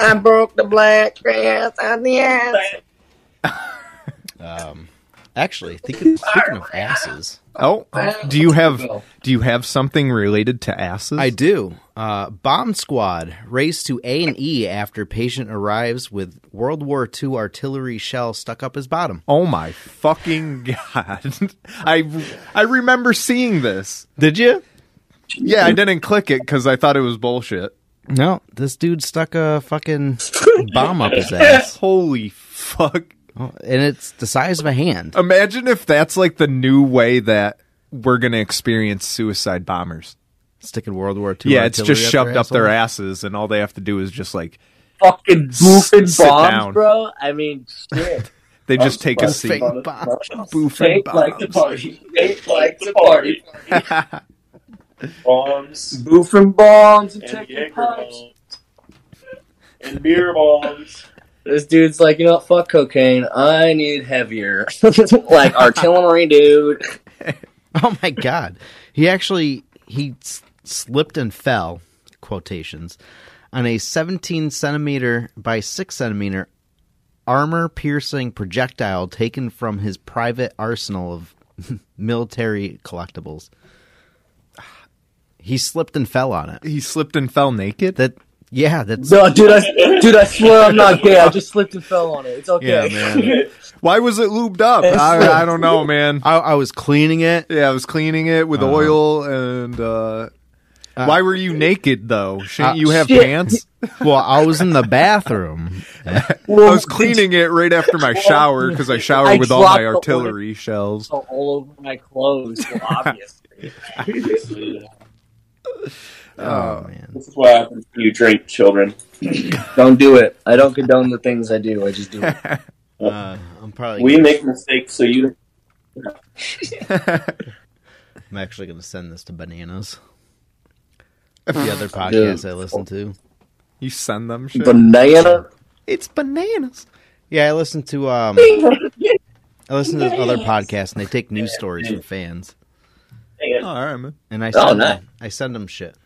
[SPEAKER 7] I broke the black grass on the ass.
[SPEAKER 4] Um, actually, thinking, speaking of asses,
[SPEAKER 2] Oh, do you have do you have something related to asses?
[SPEAKER 4] I do. Uh, bomb squad race to A and E after patient arrives with World War II artillery shell stuck up his bottom.
[SPEAKER 2] Oh my fucking god! I I remember seeing this.
[SPEAKER 4] Did you?
[SPEAKER 2] Yeah, I didn't click it because I thought it was bullshit.
[SPEAKER 4] No, this dude stuck a fucking bomb up his ass,
[SPEAKER 2] Holy fuck!
[SPEAKER 4] and it's the size of a hand.
[SPEAKER 2] Imagine if that's like the new way that we're gonna experience suicide bombers.
[SPEAKER 4] Sticking World War II.
[SPEAKER 2] Yeah, it's just shoved up their
[SPEAKER 4] asshole.
[SPEAKER 2] asses, and all they have to do is just like
[SPEAKER 6] Fucking boofing
[SPEAKER 2] sit
[SPEAKER 6] bombs,
[SPEAKER 2] down.
[SPEAKER 6] bro. I mean, shit.
[SPEAKER 2] they just take a
[SPEAKER 6] Bombs,
[SPEAKER 2] seat.
[SPEAKER 6] bombs,
[SPEAKER 4] bombs,
[SPEAKER 2] Boofing
[SPEAKER 6] Fake like the
[SPEAKER 2] bombs.
[SPEAKER 6] party. Fake like the party.
[SPEAKER 5] Bombs
[SPEAKER 6] Boofing bombs and
[SPEAKER 5] and
[SPEAKER 6] chicken
[SPEAKER 5] Jaeger
[SPEAKER 6] pipes.
[SPEAKER 5] bombs and beer bombs.
[SPEAKER 6] This dude's like, you know, what, fuck cocaine. I need heavier. like artillery, dude.
[SPEAKER 4] Oh my god. He actually he s- slipped and fell quotations on a 17 centimeter by 6 centimeter armor piercing projectile taken from his private arsenal of military collectibles. He slipped and fell on it.
[SPEAKER 2] He slipped and fell naked.
[SPEAKER 4] That yeah, that's
[SPEAKER 6] No, dude, I, dude, I swear I'm not gay. I just slipped and fell on it. It's okay.
[SPEAKER 4] yeah, man.
[SPEAKER 2] Why was it lubed up? I, I don't know, man.
[SPEAKER 4] I, I was cleaning it.
[SPEAKER 2] Yeah, I was cleaning it with oil and. Uh-huh. uh why were you naked though? Shouldn't
[SPEAKER 4] uh,
[SPEAKER 2] you have
[SPEAKER 6] shit.
[SPEAKER 2] pants?
[SPEAKER 4] Well, I was in the bathroom.
[SPEAKER 2] I was cleaning it right after my shower because I shower
[SPEAKER 6] I
[SPEAKER 2] with all my
[SPEAKER 6] dropped the oil.
[SPEAKER 2] artillery shells.
[SPEAKER 6] all over my clothes, well, obviously.
[SPEAKER 4] Oh man.
[SPEAKER 5] This is what happens when you drink, children.
[SPEAKER 6] don't do it. I don't condone the things I do. I just do it.
[SPEAKER 4] Uh, I'm probably
[SPEAKER 5] We make mistakes, so you.
[SPEAKER 4] I'm actually going to send this to Bananas. The other podcast I listen to.
[SPEAKER 2] You send them shit.
[SPEAKER 6] Banana.
[SPEAKER 2] it's bananas.
[SPEAKER 4] Yeah, I listen to um I listen to other podcasts and they take news stories from fans
[SPEAKER 2] all right, man.
[SPEAKER 4] and I send
[SPEAKER 6] nice.
[SPEAKER 4] them, I send them shit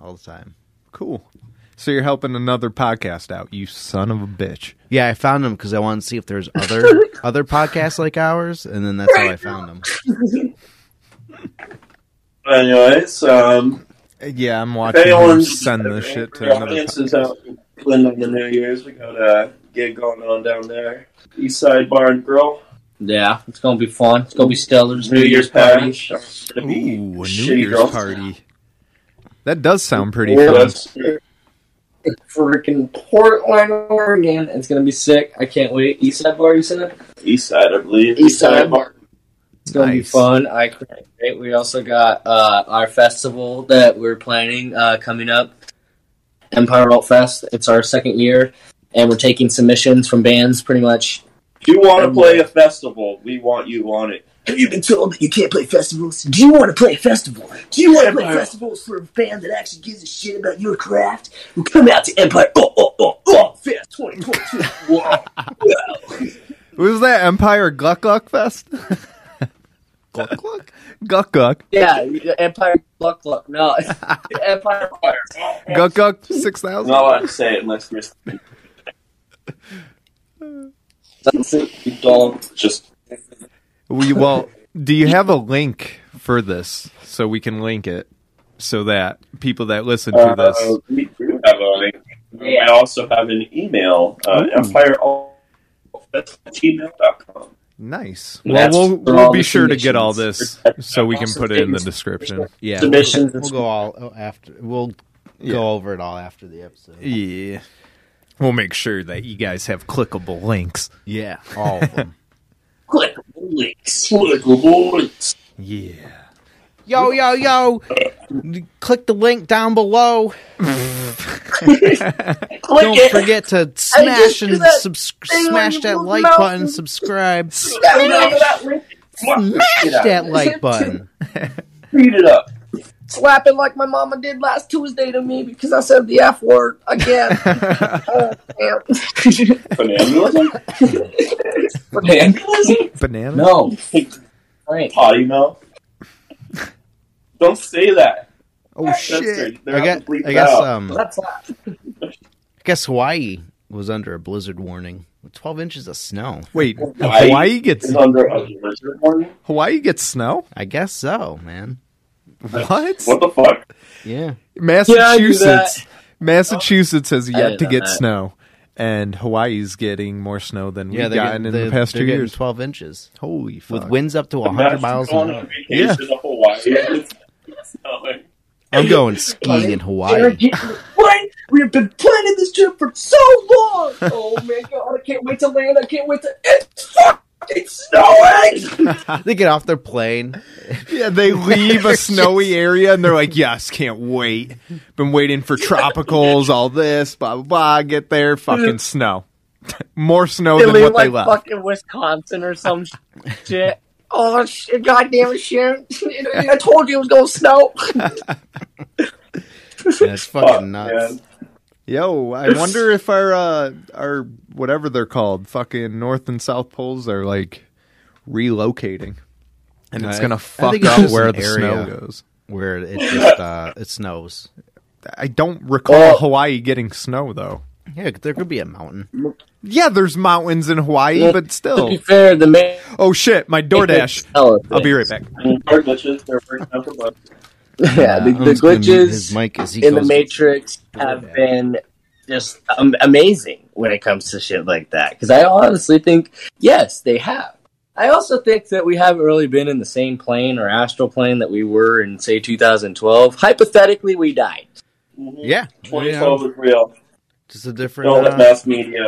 [SPEAKER 4] all the time.
[SPEAKER 2] Cool. So you're helping another podcast out, you son of a bitch.
[SPEAKER 4] Yeah, I found them because I wanted to see if there's other other podcasts like ours, and then that's how I found them.
[SPEAKER 5] Anyways, um,
[SPEAKER 2] Uh, Yeah, I'm
[SPEAKER 5] If
[SPEAKER 2] watching you
[SPEAKER 5] anyone's-
[SPEAKER 2] send this shit
[SPEAKER 5] if
[SPEAKER 2] to another
[SPEAKER 5] audience is
[SPEAKER 2] podcast.
[SPEAKER 5] out in Cleveland on the New Year's. We got a gig going on down there. East Side Bar and Grill.
[SPEAKER 6] Yeah, it's gonna be fun. It's gonna be stellar. It's
[SPEAKER 5] New Year's
[SPEAKER 6] party.
[SPEAKER 5] party. Ooh,
[SPEAKER 2] Ooh, a New Year's party. That does sound pretty fun.
[SPEAKER 5] That's
[SPEAKER 6] Freaking Portland, Oregon. It's gonna be sick. I can't wait. East Side Bar, you said?
[SPEAKER 5] East Side, I believe.
[SPEAKER 6] Bar. It's gonna be
[SPEAKER 2] Nice.
[SPEAKER 6] fun. I can't wait. We also got uh, our festival that we're planning uh, coming up, Empire Alt Fest. It's our second year, and we're taking submissions from bands pretty much
[SPEAKER 5] If you want to play a festival, we want you on it.
[SPEAKER 3] Have you been told that you can't play festivals? Do you want to play a festival? Do you want to play festivals for a band that actually gives a shit about your craft? Well, come out to Empire oh, oh, oh, oh, Fest 2022. Wow.
[SPEAKER 2] Was that Empire Gluck Gluck Fest? Gluck Gluck? Gluck Gluck.
[SPEAKER 6] Yeah, Empire Luck Luck. No, Empire Luck.
[SPEAKER 2] Gluck Gluck 6000?
[SPEAKER 5] Not allowed to say it unless you're. That's it. You don't just.
[SPEAKER 2] We well, do you have a link for this so we can link it so that people that listen to
[SPEAKER 5] Uh,
[SPEAKER 2] this?
[SPEAKER 5] we do have a link. I also have an email. Uh, Empire. Gmail.com.
[SPEAKER 2] Nice. Well,
[SPEAKER 6] That's
[SPEAKER 2] we'll,
[SPEAKER 6] for
[SPEAKER 2] we'll
[SPEAKER 6] all
[SPEAKER 2] be
[SPEAKER 6] the
[SPEAKER 2] sure to get all
[SPEAKER 5] submissions.
[SPEAKER 2] this so we can put it in the description.
[SPEAKER 4] Yeah, we'll,
[SPEAKER 6] Submissions.
[SPEAKER 4] we'll go all oh, after. We'll
[SPEAKER 2] Yeah.
[SPEAKER 4] go over it all after the episode.
[SPEAKER 2] Yeah. We'll make sure that you guys have clickable links.
[SPEAKER 4] Yeah, all of them.
[SPEAKER 6] Click links.
[SPEAKER 2] Yeah.
[SPEAKER 4] yo, yo, yo! Click the link down below. Don't forget to smash and subs- smash that like button, subscribe, smash
[SPEAKER 5] Smash
[SPEAKER 4] that like button,
[SPEAKER 5] Beat it up.
[SPEAKER 7] slapping like my mama did last Tuesday to me because I said the F word again. oh, damn.
[SPEAKER 5] Funambulum?
[SPEAKER 6] Funambulum?
[SPEAKER 2] Banana?
[SPEAKER 6] No. Right.
[SPEAKER 5] Potty mouth? Don't say that.
[SPEAKER 4] Oh
[SPEAKER 5] That's
[SPEAKER 4] shit!
[SPEAKER 5] their- they're
[SPEAKER 4] I
[SPEAKER 5] out
[SPEAKER 4] guess
[SPEAKER 5] to bleep
[SPEAKER 4] I guess
[SPEAKER 5] that out.
[SPEAKER 4] um I
[SPEAKER 6] That's not-
[SPEAKER 4] guess Hawaii was under a blizzard warning with twelve inches of snow.
[SPEAKER 2] Wait,
[SPEAKER 5] Hawaii?
[SPEAKER 2] Hawaii, gets
[SPEAKER 5] It's under a blizzard warning?
[SPEAKER 2] Hawaii gets snow?
[SPEAKER 4] I guess so, man.
[SPEAKER 2] What?
[SPEAKER 5] What the fuck?
[SPEAKER 4] Yeah,
[SPEAKER 2] Massachusetts. Massachusetts has yet
[SPEAKER 6] didn't
[SPEAKER 2] to
[SPEAKER 6] know
[SPEAKER 2] get
[SPEAKER 6] that.
[SPEAKER 2] snow, and Hawaii's getting more snow than
[SPEAKER 4] yeah.
[SPEAKER 2] we've
[SPEAKER 4] They're
[SPEAKER 2] gotten
[SPEAKER 4] getting,
[SPEAKER 2] in
[SPEAKER 4] they're-
[SPEAKER 2] the past
[SPEAKER 4] they're
[SPEAKER 2] two
[SPEAKER 4] getting
[SPEAKER 2] years.
[SPEAKER 4] twelve inches
[SPEAKER 2] Holy fuck!
[SPEAKER 4] with winds up to hundred
[SPEAKER 5] Imagine
[SPEAKER 4] miles an
[SPEAKER 5] going on
[SPEAKER 4] hour.
[SPEAKER 5] vacation to Hawaii. It's not like-
[SPEAKER 4] I'm going skiing in Hawaii.
[SPEAKER 3] What? We have been planning this trip for so long.
[SPEAKER 6] Oh my god, I can't wait to land. I can't wait to.
[SPEAKER 3] It's fucking snowing.
[SPEAKER 4] They get off their plane.
[SPEAKER 2] Yeah, they leave a snowy area and they're like, "Yes, can't wait. Been waiting for tropicals, all this, blah blah blah. Get there, fucking snow, more snow
[SPEAKER 7] They
[SPEAKER 2] than
[SPEAKER 7] leave
[SPEAKER 2] what they left."
[SPEAKER 7] like fucking Wisconsin or some shit. Oh shit! Goddamn it, Sharon! I told you it was gonna snow.
[SPEAKER 4] That's
[SPEAKER 5] Fuck,
[SPEAKER 4] fucking nuts.
[SPEAKER 5] man.
[SPEAKER 2] Yo, I wonder if our uh, our whatever they're called, fucking North and South poles, are like relocating, and it's
[SPEAKER 4] I-
[SPEAKER 2] gonna
[SPEAKER 4] I
[SPEAKER 2] fuck
[SPEAKER 4] think it's
[SPEAKER 2] up
[SPEAKER 4] just
[SPEAKER 2] where
[SPEAKER 4] an
[SPEAKER 2] the
[SPEAKER 4] area.
[SPEAKER 2] snow goes.
[SPEAKER 4] Where it just uh, it snows.
[SPEAKER 2] I don't recall
[SPEAKER 6] Well-
[SPEAKER 2] Hawaii getting snow though.
[SPEAKER 4] Yeah, there could be a mountain.
[SPEAKER 2] Yeah, there's mountains in Hawaii,
[SPEAKER 6] Yeah.
[SPEAKER 2] but
[SPEAKER 6] To be
[SPEAKER 2] still.
[SPEAKER 6] fair, the man.
[SPEAKER 2] Oh shit, my DoorDash. I'll be right back.
[SPEAKER 5] And our glitches, they're working out for bugs.
[SPEAKER 6] Yeah, the,
[SPEAKER 4] Uh, I'm
[SPEAKER 6] the
[SPEAKER 4] just gonna mute his
[SPEAKER 6] glitches
[SPEAKER 4] mic as he
[SPEAKER 6] in the
[SPEAKER 4] goes-
[SPEAKER 6] Matrix have been just um, amazing when it comes to shit like that. Because I honestly think, yes, they have. I also think that we haven't really been in the same plane or astral plane that we were in, say, 2012. Hypothetically, we died.
[SPEAKER 4] Yeah, you
[SPEAKER 5] 2012
[SPEAKER 4] know,
[SPEAKER 5] is real.
[SPEAKER 4] just a different
[SPEAKER 5] Don't let
[SPEAKER 4] uh,
[SPEAKER 5] mass media.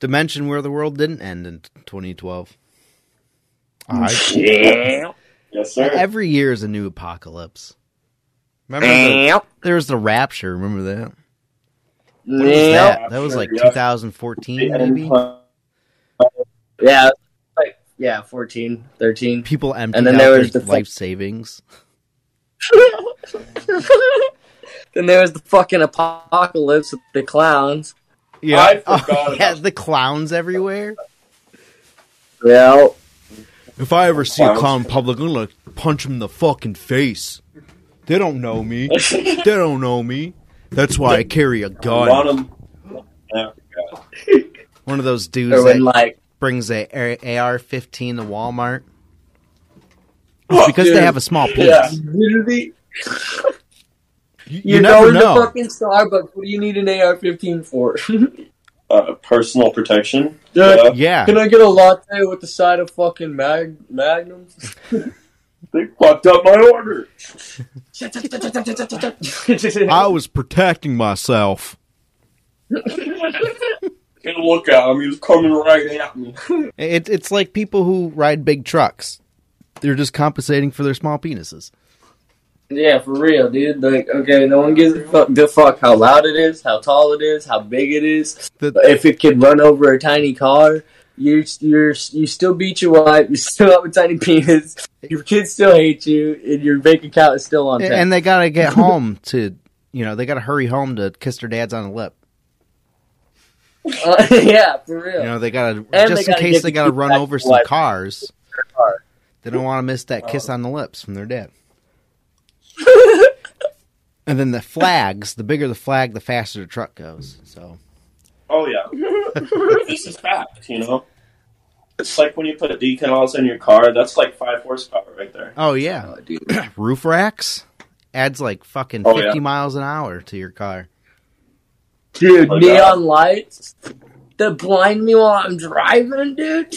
[SPEAKER 4] dimension where the world didn't end in 2012. I-
[SPEAKER 6] Yeah.
[SPEAKER 5] Yes, sir.
[SPEAKER 4] every year is a new apocalypse. Remember, the, there was the rapture. Remember that? What was
[SPEAKER 6] Yeah.
[SPEAKER 4] that? That was like
[SPEAKER 5] Rapture, yeah.
[SPEAKER 4] 2014, maybe.
[SPEAKER 6] Yeah. Like, yeah, 14, 13.
[SPEAKER 4] People emptied
[SPEAKER 6] And then
[SPEAKER 4] out
[SPEAKER 6] there
[SPEAKER 4] their
[SPEAKER 6] was the-
[SPEAKER 4] life savings.
[SPEAKER 6] then there was the fucking apocalypse with the clowns.
[SPEAKER 5] I
[SPEAKER 2] Yeah.
[SPEAKER 4] Oh,
[SPEAKER 5] forgot about
[SPEAKER 4] yeah, the clowns everywhere.
[SPEAKER 6] Well,
[SPEAKER 4] If I ever see
[SPEAKER 5] a clown
[SPEAKER 4] in public, I'm gonna punch him in the fucking face. They don't know me. they don't know me. That's why I carry a
[SPEAKER 5] Bottom. I forgot.
[SPEAKER 4] One of those dudes
[SPEAKER 6] or
[SPEAKER 4] that
[SPEAKER 6] when like
[SPEAKER 4] brings a AR-15 to Walmart. It's because they have a small penis.
[SPEAKER 5] Yeah.
[SPEAKER 6] literally
[SPEAKER 4] You,
[SPEAKER 6] You,
[SPEAKER 4] you
[SPEAKER 6] go
[SPEAKER 4] never
[SPEAKER 6] into
[SPEAKER 4] know.
[SPEAKER 6] fucking Starbucks. What do you need an AR-15 for?
[SPEAKER 5] Uh, personal protection.
[SPEAKER 6] Yeah.
[SPEAKER 4] yeah,
[SPEAKER 6] Can I get a latte with the side of fucking mag- Magnum?
[SPEAKER 5] They fucked up my order.
[SPEAKER 4] I was protecting myself.
[SPEAKER 5] Get a look at him. He was coming right at me.
[SPEAKER 4] It, it's like people who ride big trucks. They're just compensating for their small penises.
[SPEAKER 6] yeah, for real, dude. Like, okay, no one gives a fuck, the fuck how loud it is, how tall it is, how big it is.
[SPEAKER 4] The-
[SPEAKER 6] If it could run over a tiny car, you you're you still beat your wife. You still have a tiny penis. Your kids still hate you, and your bank account is still on.
[SPEAKER 4] And,
[SPEAKER 6] tap.
[SPEAKER 4] and they gotta get home to, you know, they gotta hurry home to kiss their dads on the lip.
[SPEAKER 6] Uh, yeah, for real.
[SPEAKER 4] You know, they gotta
[SPEAKER 6] they
[SPEAKER 4] just in
[SPEAKER 6] gotta
[SPEAKER 4] case
[SPEAKER 6] get
[SPEAKER 4] they gotta
[SPEAKER 6] the
[SPEAKER 4] run
[SPEAKER 6] back
[SPEAKER 4] over
[SPEAKER 6] to
[SPEAKER 4] some
[SPEAKER 6] life.
[SPEAKER 4] cars.
[SPEAKER 6] car. Oh.
[SPEAKER 4] They don't want to miss that kiss on the lips from their dad. and then the flags. The bigger the flag, the faster the truck goes. So
[SPEAKER 5] Oh yeah, this is fact. You know, it's like when you put decals in your car. That's like five horsepower right there.
[SPEAKER 4] Oh yeah,
[SPEAKER 6] Oh, dude.
[SPEAKER 4] roof racks adds like fucking
[SPEAKER 5] Oh,
[SPEAKER 4] fifty
[SPEAKER 5] yeah.
[SPEAKER 4] miles an hour to your car.
[SPEAKER 6] Dude,
[SPEAKER 5] Oh, God.
[SPEAKER 6] neon lights that blind me while I'm driving, dude.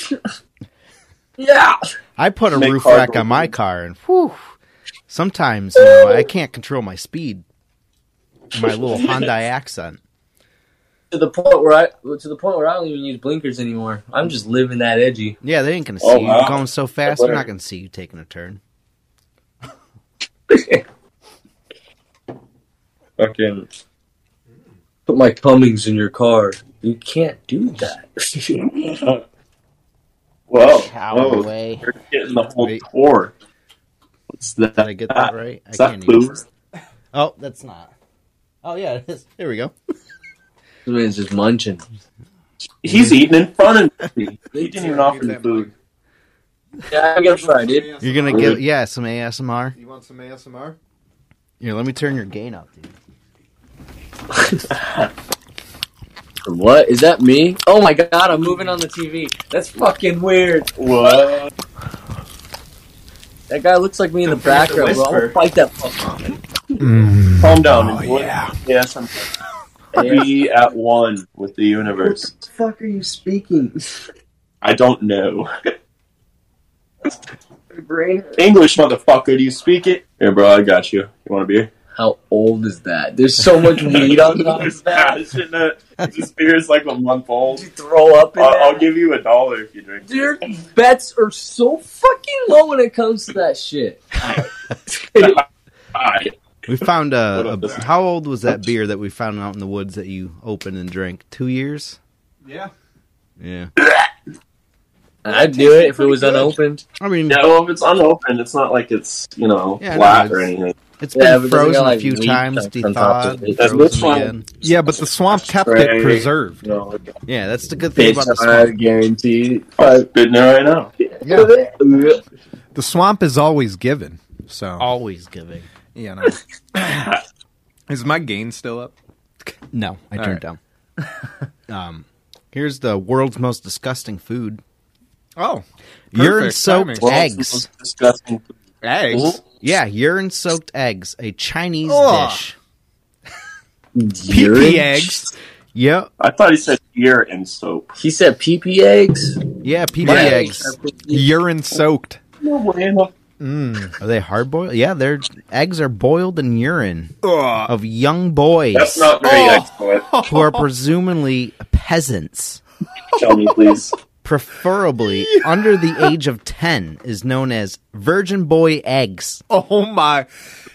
[SPEAKER 6] yeah.
[SPEAKER 4] I put a
[SPEAKER 5] Make
[SPEAKER 4] roof
[SPEAKER 5] car
[SPEAKER 4] rack
[SPEAKER 5] go
[SPEAKER 4] on my
[SPEAKER 5] boom.
[SPEAKER 4] car, and whew, sometimes you know, I can't control my speed. My little Hyundai accent.
[SPEAKER 6] To the point where I to the point where I don't even use blinkers anymore. I'm just living that edgy.
[SPEAKER 4] Yeah, they ain't gonna see
[SPEAKER 5] Oh,
[SPEAKER 4] you
[SPEAKER 5] wow.
[SPEAKER 4] going so fast. They're not gonna see you taking a turn.
[SPEAKER 6] Fucking put my Cummings in your car. You can't do that.
[SPEAKER 5] Whoa,
[SPEAKER 6] Oh,
[SPEAKER 5] whoa.
[SPEAKER 4] Cowboy.
[SPEAKER 5] you're getting the whole
[SPEAKER 4] Wait.
[SPEAKER 5] tour. What's that?
[SPEAKER 6] Uh,
[SPEAKER 4] Did I get that right? I
[SPEAKER 5] Is that
[SPEAKER 4] even-
[SPEAKER 5] booze?
[SPEAKER 4] Oh, that's not. Oh yeah, it is. Here we go.
[SPEAKER 6] This man's just munching.
[SPEAKER 5] He's eating in front of me. He didn't even offer me food.
[SPEAKER 6] Yeah, I gotta try, dude.
[SPEAKER 4] You're gonna get yeah some ASMR.
[SPEAKER 2] You want some ASMR?
[SPEAKER 4] Here, let me turn your gain up, dude.
[SPEAKER 6] What is that? Me? Oh my god! I'm moving on the TV. That's fucking weird.
[SPEAKER 5] What?
[SPEAKER 6] That guy looks like me in the background. Bro. I'm gonna fight that fucker.
[SPEAKER 5] Calm down. Oh, yeah. Yes, I'm Be at one with the universe.
[SPEAKER 6] fuck are you speaking?
[SPEAKER 5] I don't know.
[SPEAKER 7] Brain
[SPEAKER 5] English, motherfucker. Do you speak it? Here, bro, I got you. You want a beer?
[SPEAKER 6] How old is that? There's so much weed on top of
[SPEAKER 5] Yeah,
[SPEAKER 6] that.
[SPEAKER 5] this shit, uh, This beer is like a month old.
[SPEAKER 6] You throw up in
[SPEAKER 5] I'll, I'll
[SPEAKER 6] that?
[SPEAKER 5] give you a dollar if you drink. it.
[SPEAKER 6] Their bets are so fucking low when it comes to that shit.
[SPEAKER 5] Alright.
[SPEAKER 4] We found
[SPEAKER 5] What
[SPEAKER 4] a,
[SPEAKER 5] up,
[SPEAKER 4] a
[SPEAKER 5] this-
[SPEAKER 4] how old was that beer that we found out in the woods that you opened and drank? Two years?
[SPEAKER 2] Yeah.
[SPEAKER 4] Yeah.
[SPEAKER 6] I'd do it if it was unopened.
[SPEAKER 4] I mean,
[SPEAKER 5] Yeah, well, if it's unopened, it's not like it's you know
[SPEAKER 4] Yeah,
[SPEAKER 5] flat
[SPEAKER 4] no,
[SPEAKER 5] or
[SPEAKER 4] it's-
[SPEAKER 5] anything.
[SPEAKER 4] it's
[SPEAKER 6] Yeah, but
[SPEAKER 4] been
[SPEAKER 6] doesn't
[SPEAKER 4] frozen
[SPEAKER 6] got, like,
[SPEAKER 4] a few
[SPEAKER 6] wheat
[SPEAKER 4] times,
[SPEAKER 6] chunks on top of
[SPEAKER 4] thawed,
[SPEAKER 6] it.
[SPEAKER 4] and
[SPEAKER 5] That's
[SPEAKER 4] frozen
[SPEAKER 5] this one.
[SPEAKER 4] again.
[SPEAKER 2] Yeah, but the swamp kept it
[SPEAKER 5] Right.
[SPEAKER 2] preserved.
[SPEAKER 5] You know,
[SPEAKER 4] Yeah, that's the good thing
[SPEAKER 6] Bitch,
[SPEAKER 4] about the
[SPEAKER 6] I
[SPEAKER 4] swamp.
[SPEAKER 6] guarantee.
[SPEAKER 5] I'm sitting there right now.
[SPEAKER 2] The swamp is always given. So
[SPEAKER 4] Always giving.
[SPEAKER 2] you know. is my gain still up?
[SPEAKER 4] No, I
[SPEAKER 2] All
[SPEAKER 4] turned down. um, here's the world's most disgusting food:
[SPEAKER 2] Oh.
[SPEAKER 4] urine soaked
[SPEAKER 2] perfect timing.
[SPEAKER 4] eggs.
[SPEAKER 5] Disgusting.
[SPEAKER 2] Eggs.
[SPEAKER 4] Yeah, urine soaked eggs, a Chinese
[SPEAKER 2] Ugh.
[SPEAKER 4] dish.
[SPEAKER 2] PP eggs.
[SPEAKER 4] Yep.
[SPEAKER 5] I thought he said ear and soap.
[SPEAKER 6] He said PP eggs.
[SPEAKER 4] Yeah, PP
[SPEAKER 2] Yeah.
[SPEAKER 4] eggs.
[SPEAKER 2] Urine soaked.
[SPEAKER 5] No bueno.
[SPEAKER 4] Are they hard boiled? Yeah, their eggs are boiled in urine
[SPEAKER 2] Ugh.
[SPEAKER 4] of young boys.
[SPEAKER 5] That's not very excellent.
[SPEAKER 4] who are presumably peasants,
[SPEAKER 5] Tell me, please.
[SPEAKER 4] preferably under the age of 10, is known as virgin boy eggs.
[SPEAKER 2] Oh my.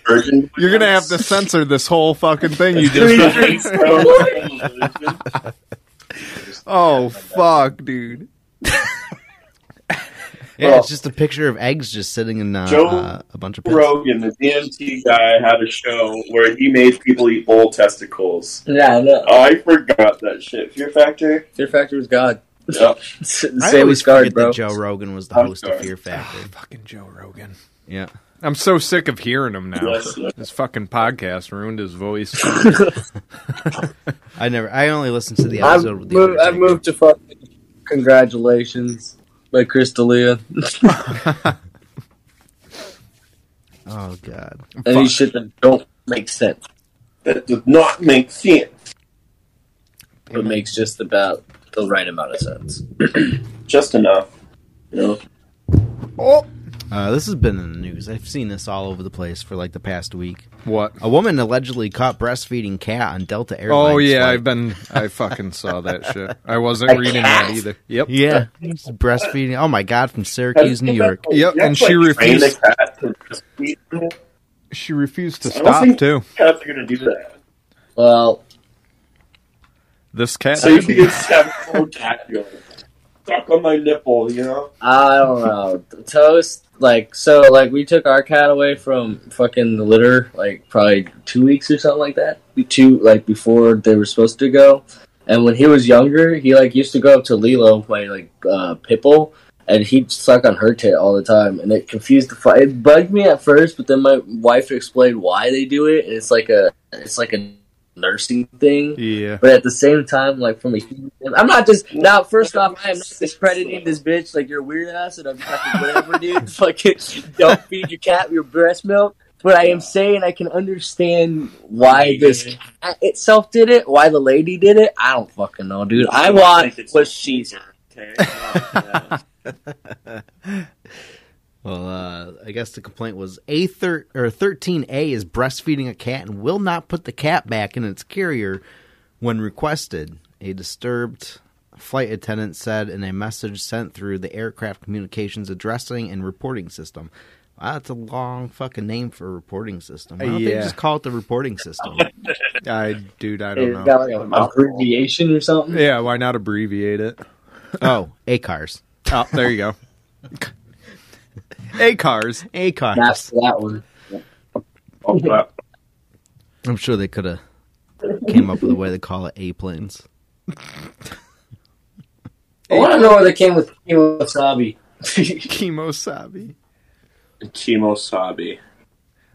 [SPEAKER 5] Virgin.
[SPEAKER 2] You're gonna have to censor this whole fucking thing you just did. Oh fuck, dude.
[SPEAKER 4] Yeah, it's just a picture of eggs just sitting in uh,
[SPEAKER 5] Joe
[SPEAKER 4] uh, a bunch of pits.
[SPEAKER 5] Rogan, the DMT guy, had a show where he made people eat bull testicles.
[SPEAKER 6] Yeah, I know.
[SPEAKER 5] I forgot that shit. Fear Factor.
[SPEAKER 6] Fear Factor was God.
[SPEAKER 5] Yep.
[SPEAKER 6] the
[SPEAKER 4] I
[SPEAKER 6] same
[SPEAKER 4] always
[SPEAKER 6] was God,
[SPEAKER 4] forget
[SPEAKER 6] bro.
[SPEAKER 4] that Joe Rogan was the
[SPEAKER 5] I'm
[SPEAKER 4] host of
[SPEAKER 5] sorry.
[SPEAKER 4] Fear Factor.
[SPEAKER 2] Fucking Joe Rogan.
[SPEAKER 4] Yeah.
[SPEAKER 2] I'm so sick of hearing him now.
[SPEAKER 5] Yes, sir.
[SPEAKER 2] His fucking podcast ruined his voice.
[SPEAKER 4] I never. I only listened to the
[SPEAKER 6] I've
[SPEAKER 4] episode with the
[SPEAKER 6] moved, I've
[SPEAKER 4] Undertaker.
[SPEAKER 6] moved to fucking congratulations by Chris D'Elia.
[SPEAKER 4] Oh god.
[SPEAKER 6] Any shit that don't make sense,
[SPEAKER 5] That does not make sense.
[SPEAKER 6] but makes just about the right amount of sense.
[SPEAKER 5] Just enough. You know?
[SPEAKER 2] oh,
[SPEAKER 4] Uh, this has been in the news. I've seen this all over the place for like the past week.
[SPEAKER 2] what?
[SPEAKER 4] A woman allegedly caught breastfeeding cat on Delta Airlines.
[SPEAKER 2] Oh yeah,
[SPEAKER 4] flight.
[SPEAKER 2] I've been. I fucking saw that shit. I wasn't reading that either. Yep.
[SPEAKER 4] Yeah, he's breastfeeding. Oh my god, from Syracuse, New York.
[SPEAKER 2] Yep,
[SPEAKER 5] You have
[SPEAKER 2] and
[SPEAKER 5] to,
[SPEAKER 2] she
[SPEAKER 5] like, train
[SPEAKER 2] refused-
[SPEAKER 5] the cat to just eat it.
[SPEAKER 2] She refused to
[SPEAKER 5] I don't
[SPEAKER 2] stop
[SPEAKER 5] think
[SPEAKER 2] too.
[SPEAKER 5] cats are gonna do that.
[SPEAKER 6] Well,
[SPEAKER 2] This cat.
[SPEAKER 5] So you can just have a little cat going, suck on my nipple, you know?
[SPEAKER 6] I don't know. The toast, like, so, like, we took our cat away from fucking the litter, like, probably two weeks or something like that. Two, like, before they were supposed to go. And when he was younger, he, like, used to go up to Lilo and play, like, uh, Pipple, and he'd suck on her tit all the time. And it confused the fight. It bugged me at first, but then my wife explained why they do it, and it's like a, it's like a nursing thing.
[SPEAKER 2] yeah.
[SPEAKER 6] But at the same time, like from a human, I'm not just now. First off, I am not discrediting this bitch. Like you're a weird ass, and I'm fucking whatever, dude. fucking don't feed your cat your breast milk. But I am saying I can understand why this cat itself did it, why the lady did it. I don't fucking know, dude. I want what she's.
[SPEAKER 5] Okay. Oh,
[SPEAKER 4] Well, uh, I guess the complaint was a thir- or thirteen A is breastfeeding a cat and will not put the cat back in its carrier when requested. A disturbed flight attendant said in a message sent through the aircraft communications addressing and reporting system. Wow, that's a long fucking name for a reporting system. Why don't they
[SPEAKER 2] Yeah.
[SPEAKER 4] just call it the reporting system?
[SPEAKER 2] I dude, I
[SPEAKER 6] It's
[SPEAKER 2] don't
[SPEAKER 6] got
[SPEAKER 2] know.
[SPEAKER 6] like an abbreviation or something.
[SPEAKER 2] Yeah, why not abbreviate it?
[SPEAKER 4] oh, ACARS.
[SPEAKER 2] Oh, there you go. A cars.
[SPEAKER 4] ACARS.
[SPEAKER 6] That's that one.
[SPEAKER 5] All that.
[SPEAKER 4] I'm sure they could have came up with a way to call it A planes.
[SPEAKER 6] I want to know where they came with Kimo Wasabi.
[SPEAKER 2] Kemosabi.
[SPEAKER 5] Kemosabi.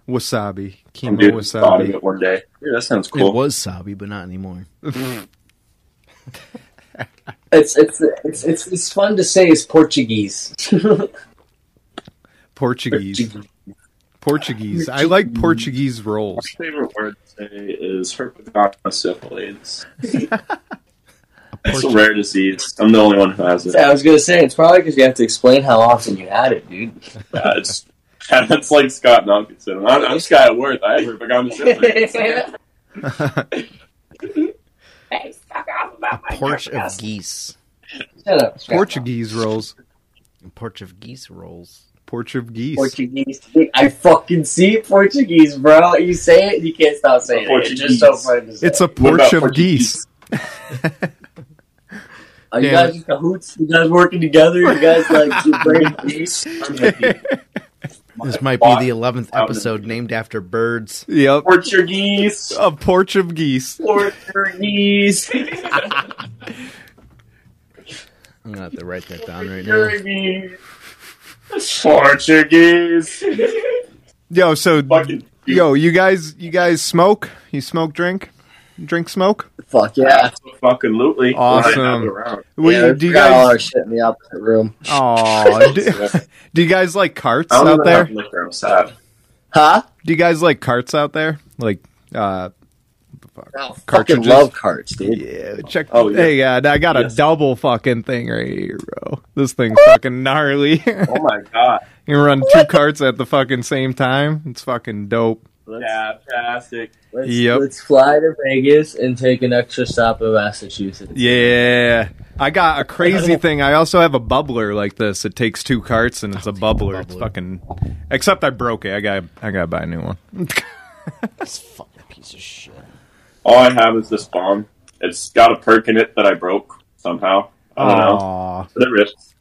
[SPEAKER 2] Wasabi.
[SPEAKER 5] Some
[SPEAKER 2] Chemo
[SPEAKER 5] dude thought of
[SPEAKER 2] wasabi.
[SPEAKER 5] it one day. Yeah, that sounds
[SPEAKER 4] It
[SPEAKER 5] cool.
[SPEAKER 4] was Sabi, but not anymore.
[SPEAKER 6] It's, it's it's it's it's fun to say is Portuguese.
[SPEAKER 2] Portuguese. Portuguese. I like Portuguese
[SPEAKER 5] My
[SPEAKER 2] rolls.
[SPEAKER 5] favorite word to say is herpetogonosyphilis. it's a rare disease. I'm the only one who has it.
[SPEAKER 6] I was gonna say it's probably because you have to explain how often you had it, dude.
[SPEAKER 5] Yeah, it's, that's like Scott Malkinson. I'm, I'm Scott Worth. I have herpetogonosyphilis.
[SPEAKER 4] A porch of geese.
[SPEAKER 6] Shut up, Scott.
[SPEAKER 2] Portuguese rolls.
[SPEAKER 4] A porch of geese rolls.
[SPEAKER 2] Portuguese.
[SPEAKER 6] Portuguese. dude. I fucking see Portuguese, bro. You say it, you can't stop saying it. It's just so
[SPEAKER 5] Portuguese.
[SPEAKER 6] fun to say.
[SPEAKER 2] It's a
[SPEAKER 5] What about
[SPEAKER 2] porch of geese.
[SPEAKER 6] Are you
[SPEAKER 2] damn.
[SPEAKER 6] guys in cahoots? You guys working together? You guys like your brain geese?
[SPEAKER 4] This might be the eleventh episode named after birds.
[SPEAKER 2] Yep.
[SPEAKER 5] Portuguese.
[SPEAKER 2] A porch of geese.
[SPEAKER 5] Portuguese.
[SPEAKER 4] I'm gonna have to write that down right now.
[SPEAKER 5] Portuguese. Portuguese.
[SPEAKER 2] Yo, so
[SPEAKER 5] Fucking.
[SPEAKER 2] yo, you guys you guys smoke? You smoke drink? Drink smoke?
[SPEAKER 6] Fuck yeah!
[SPEAKER 5] Fucking lootly.
[SPEAKER 2] Awesome. What
[SPEAKER 6] yeah
[SPEAKER 2] do you-
[SPEAKER 6] we
[SPEAKER 2] do you
[SPEAKER 6] forgot all our
[SPEAKER 2] guys
[SPEAKER 6] shit in the opposite room?
[SPEAKER 2] Aw, do, do you guys like carts out there?
[SPEAKER 5] Liquor, I'm sad.
[SPEAKER 6] Huh?
[SPEAKER 2] Do you guys like carts out there? Like uh
[SPEAKER 6] I fucking
[SPEAKER 2] Cartridges.
[SPEAKER 6] love carts, dude.
[SPEAKER 2] yeah, check.
[SPEAKER 5] Oh, yeah.
[SPEAKER 2] Hey, uh, I got a
[SPEAKER 5] Yes.
[SPEAKER 2] double fucking thing right here, bro. This thing's fucking gnarly.
[SPEAKER 5] Oh my god.
[SPEAKER 2] You run two carts at the fucking same time. It's fucking dope.
[SPEAKER 5] Fantastic.
[SPEAKER 6] Let's,
[SPEAKER 2] Yep.
[SPEAKER 6] let's fly to Vegas and take an extra stop in Massachusetts.
[SPEAKER 2] Yeah. I got a crazy thing. I also have a bubbler like this. It takes two carts and it's a bubbler. It's fucking except I broke it. I got I gotta buy a new one.
[SPEAKER 4] This fucking piece of shit.
[SPEAKER 5] All I have is this bomb. It's got a perk in it that I broke somehow. I don't know.
[SPEAKER 2] Aw.
[SPEAKER 5] But it rips.